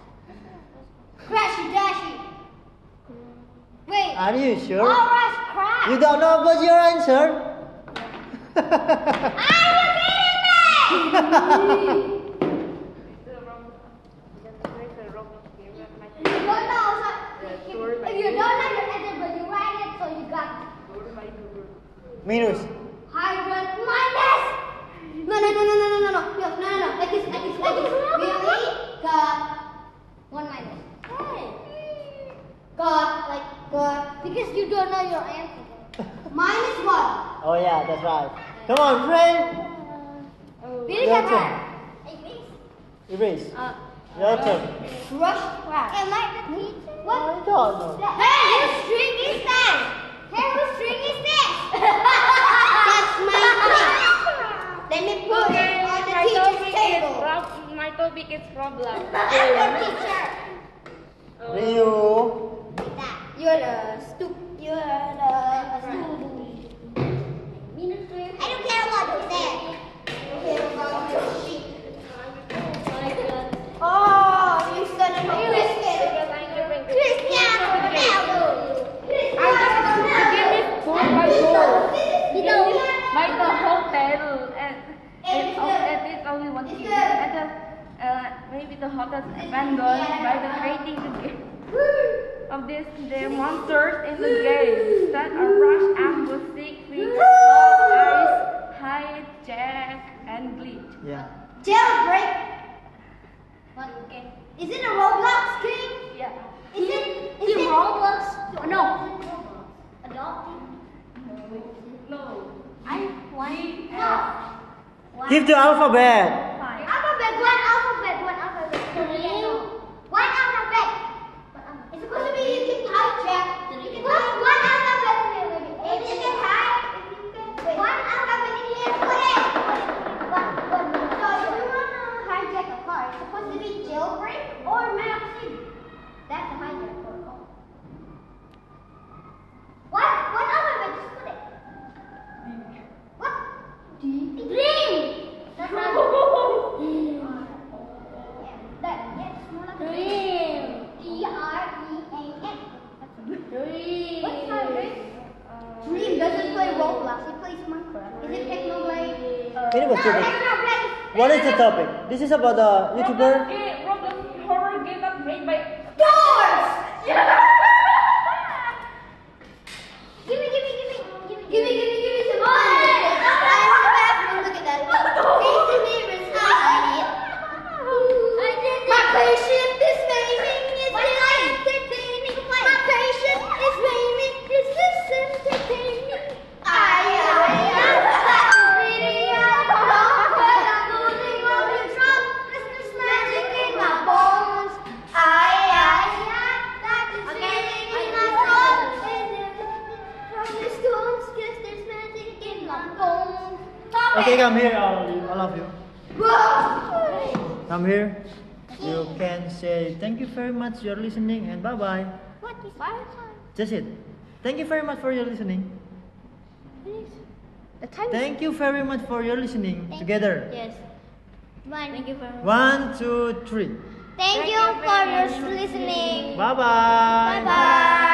Speaker 1: Crashy, dashy. Wait.
Speaker 3: Are you sure?
Speaker 1: All right, crash.
Speaker 3: You don't know about your answer?
Speaker 6: It's the wrong. It's the wrong flavor. My
Speaker 1: If you don't know, so if, if
Speaker 6: Yeah, sorry, my
Speaker 1: you don't know your answer, but you write it, so you got
Speaker 6: favorite, my favorite.
Speaker 3: Minus.
Speaker 1: hundred minus. No, no, no, no, no, no, no, no, no, no, no, like this, like this, like this. We only got one minus. Got like got because you don't know your answer. Minus one.
Speaker 3: Oh yeah, that's right. Come on, friend.
Speaker 6: Oh.
Speaker 1: Really
Speaker 3: Your
Speaker 1: got
Speaker 3: turn.
Speaker 1: right.
Speaker 3: Erase.
Speaker 6: Uh,
Speaker 3: Your turn.
Speaker 1: Rush crash.
Speaker 2: Am I the teacher?
Speaker 1: What?
Speaker 3: I don't know.
Speaker 1: Hey, whose string is that? Hey, whose string is that? That's my string. Let me put it on the
Speaker 6: my
Speaker 1: teacher's
Speaker 6: topic is
Speaker 1: table.
Speaker 6: prob- my topic is problem.
Speaker 1: I'm the teacher.
Speaker 6: Uh,
Speaker 3: Ryu.
Speaker 1: You're a stupid. You're a stupid.
Speaker 2: I don't care what you say.
Speaker 1: Oh, you son of a biscuit.
Speaker 6: because I'm gonna bring-
Speaker 2: Cristiano Ronaldo.
Speaker 6: I'm just the game is four by four. The game is by the hotel and it's, o- and it's only one team. And the, uh, maybe the hotel is abandoned by the creating the game of this the monsters in the game that are rush ambush six weeks ice hijack and glitch.
Speaker 3: Yeah.
Speaker 1: Jailbreak.
Speaker 2: What game?
Speaker 1: Is it a Roblox string?
Speaker 6: Yeah.
Speaker 1: Is it? Is
Speaker 2: Is it
Speaker 1: it?
Speaker 2: Roblox? No. Adopting?
Speaker 6: No.
Speaker 2: I want. No.
Speaker 3: Give the alphabet.
Speaker 6: Fine.
Speaker 1: Alphabet. One alphabet. One alphabet. One alphabet. It's supposed to be you can hijack. You can put one alphabet in there. If you can hide, if you can put one alphabet in here, put it. One, one. So if you want to hijack a car, it's supposed to be jailbreak or map C. That's a hijack for a car. What? What alphabet? Just put it. What? D. Green. That's not. Yeah, that. Yeah, it's more like green. D R E A N. Dream. What's my dream? Dream doesn't play Roblox. It plays Minecraft. Is it Technoblade? Uh,
Speaker 3: It was
Speaker 1: no,
Speaker 3: stupid.
Speaker 1: Technoblade.
Speaker 3: What is the topic? This is about a
Speaker 6: Roblox
Speaker 3: YouTuber.
Speaker 6: game, Roblox horror game that's made by
Speaker 1: Doors.
Speaker 2: Give me, give me, give me, give me.
Speaker 1: Give me, give me, give me some more. I'm in the bathroom. Look at that. Facing me, responsibility. My patient is flaming. It's entertaining. My patient is flaming. It's entertaining. I, I, I, I, I, I, I, I, I,
Speaker 3: Okay, come here, all of you. All of you.
Speaker 2: Whoa!
Speaker 3: Come here. You can say thank you very much. You're listening and bye bye.
Speaker 2: What is what?
Speaker 3: That's it. Thank you very much for your listening. Thank you very much for your listening. Together.
Speaker 1: Yes.
Speaker 2: One. Thank you for,
Speaker 3: One, two, three.
Speaker 2: Thank you for your listening.
Speaker 3: Bye bye.
Speaker 2: Bye.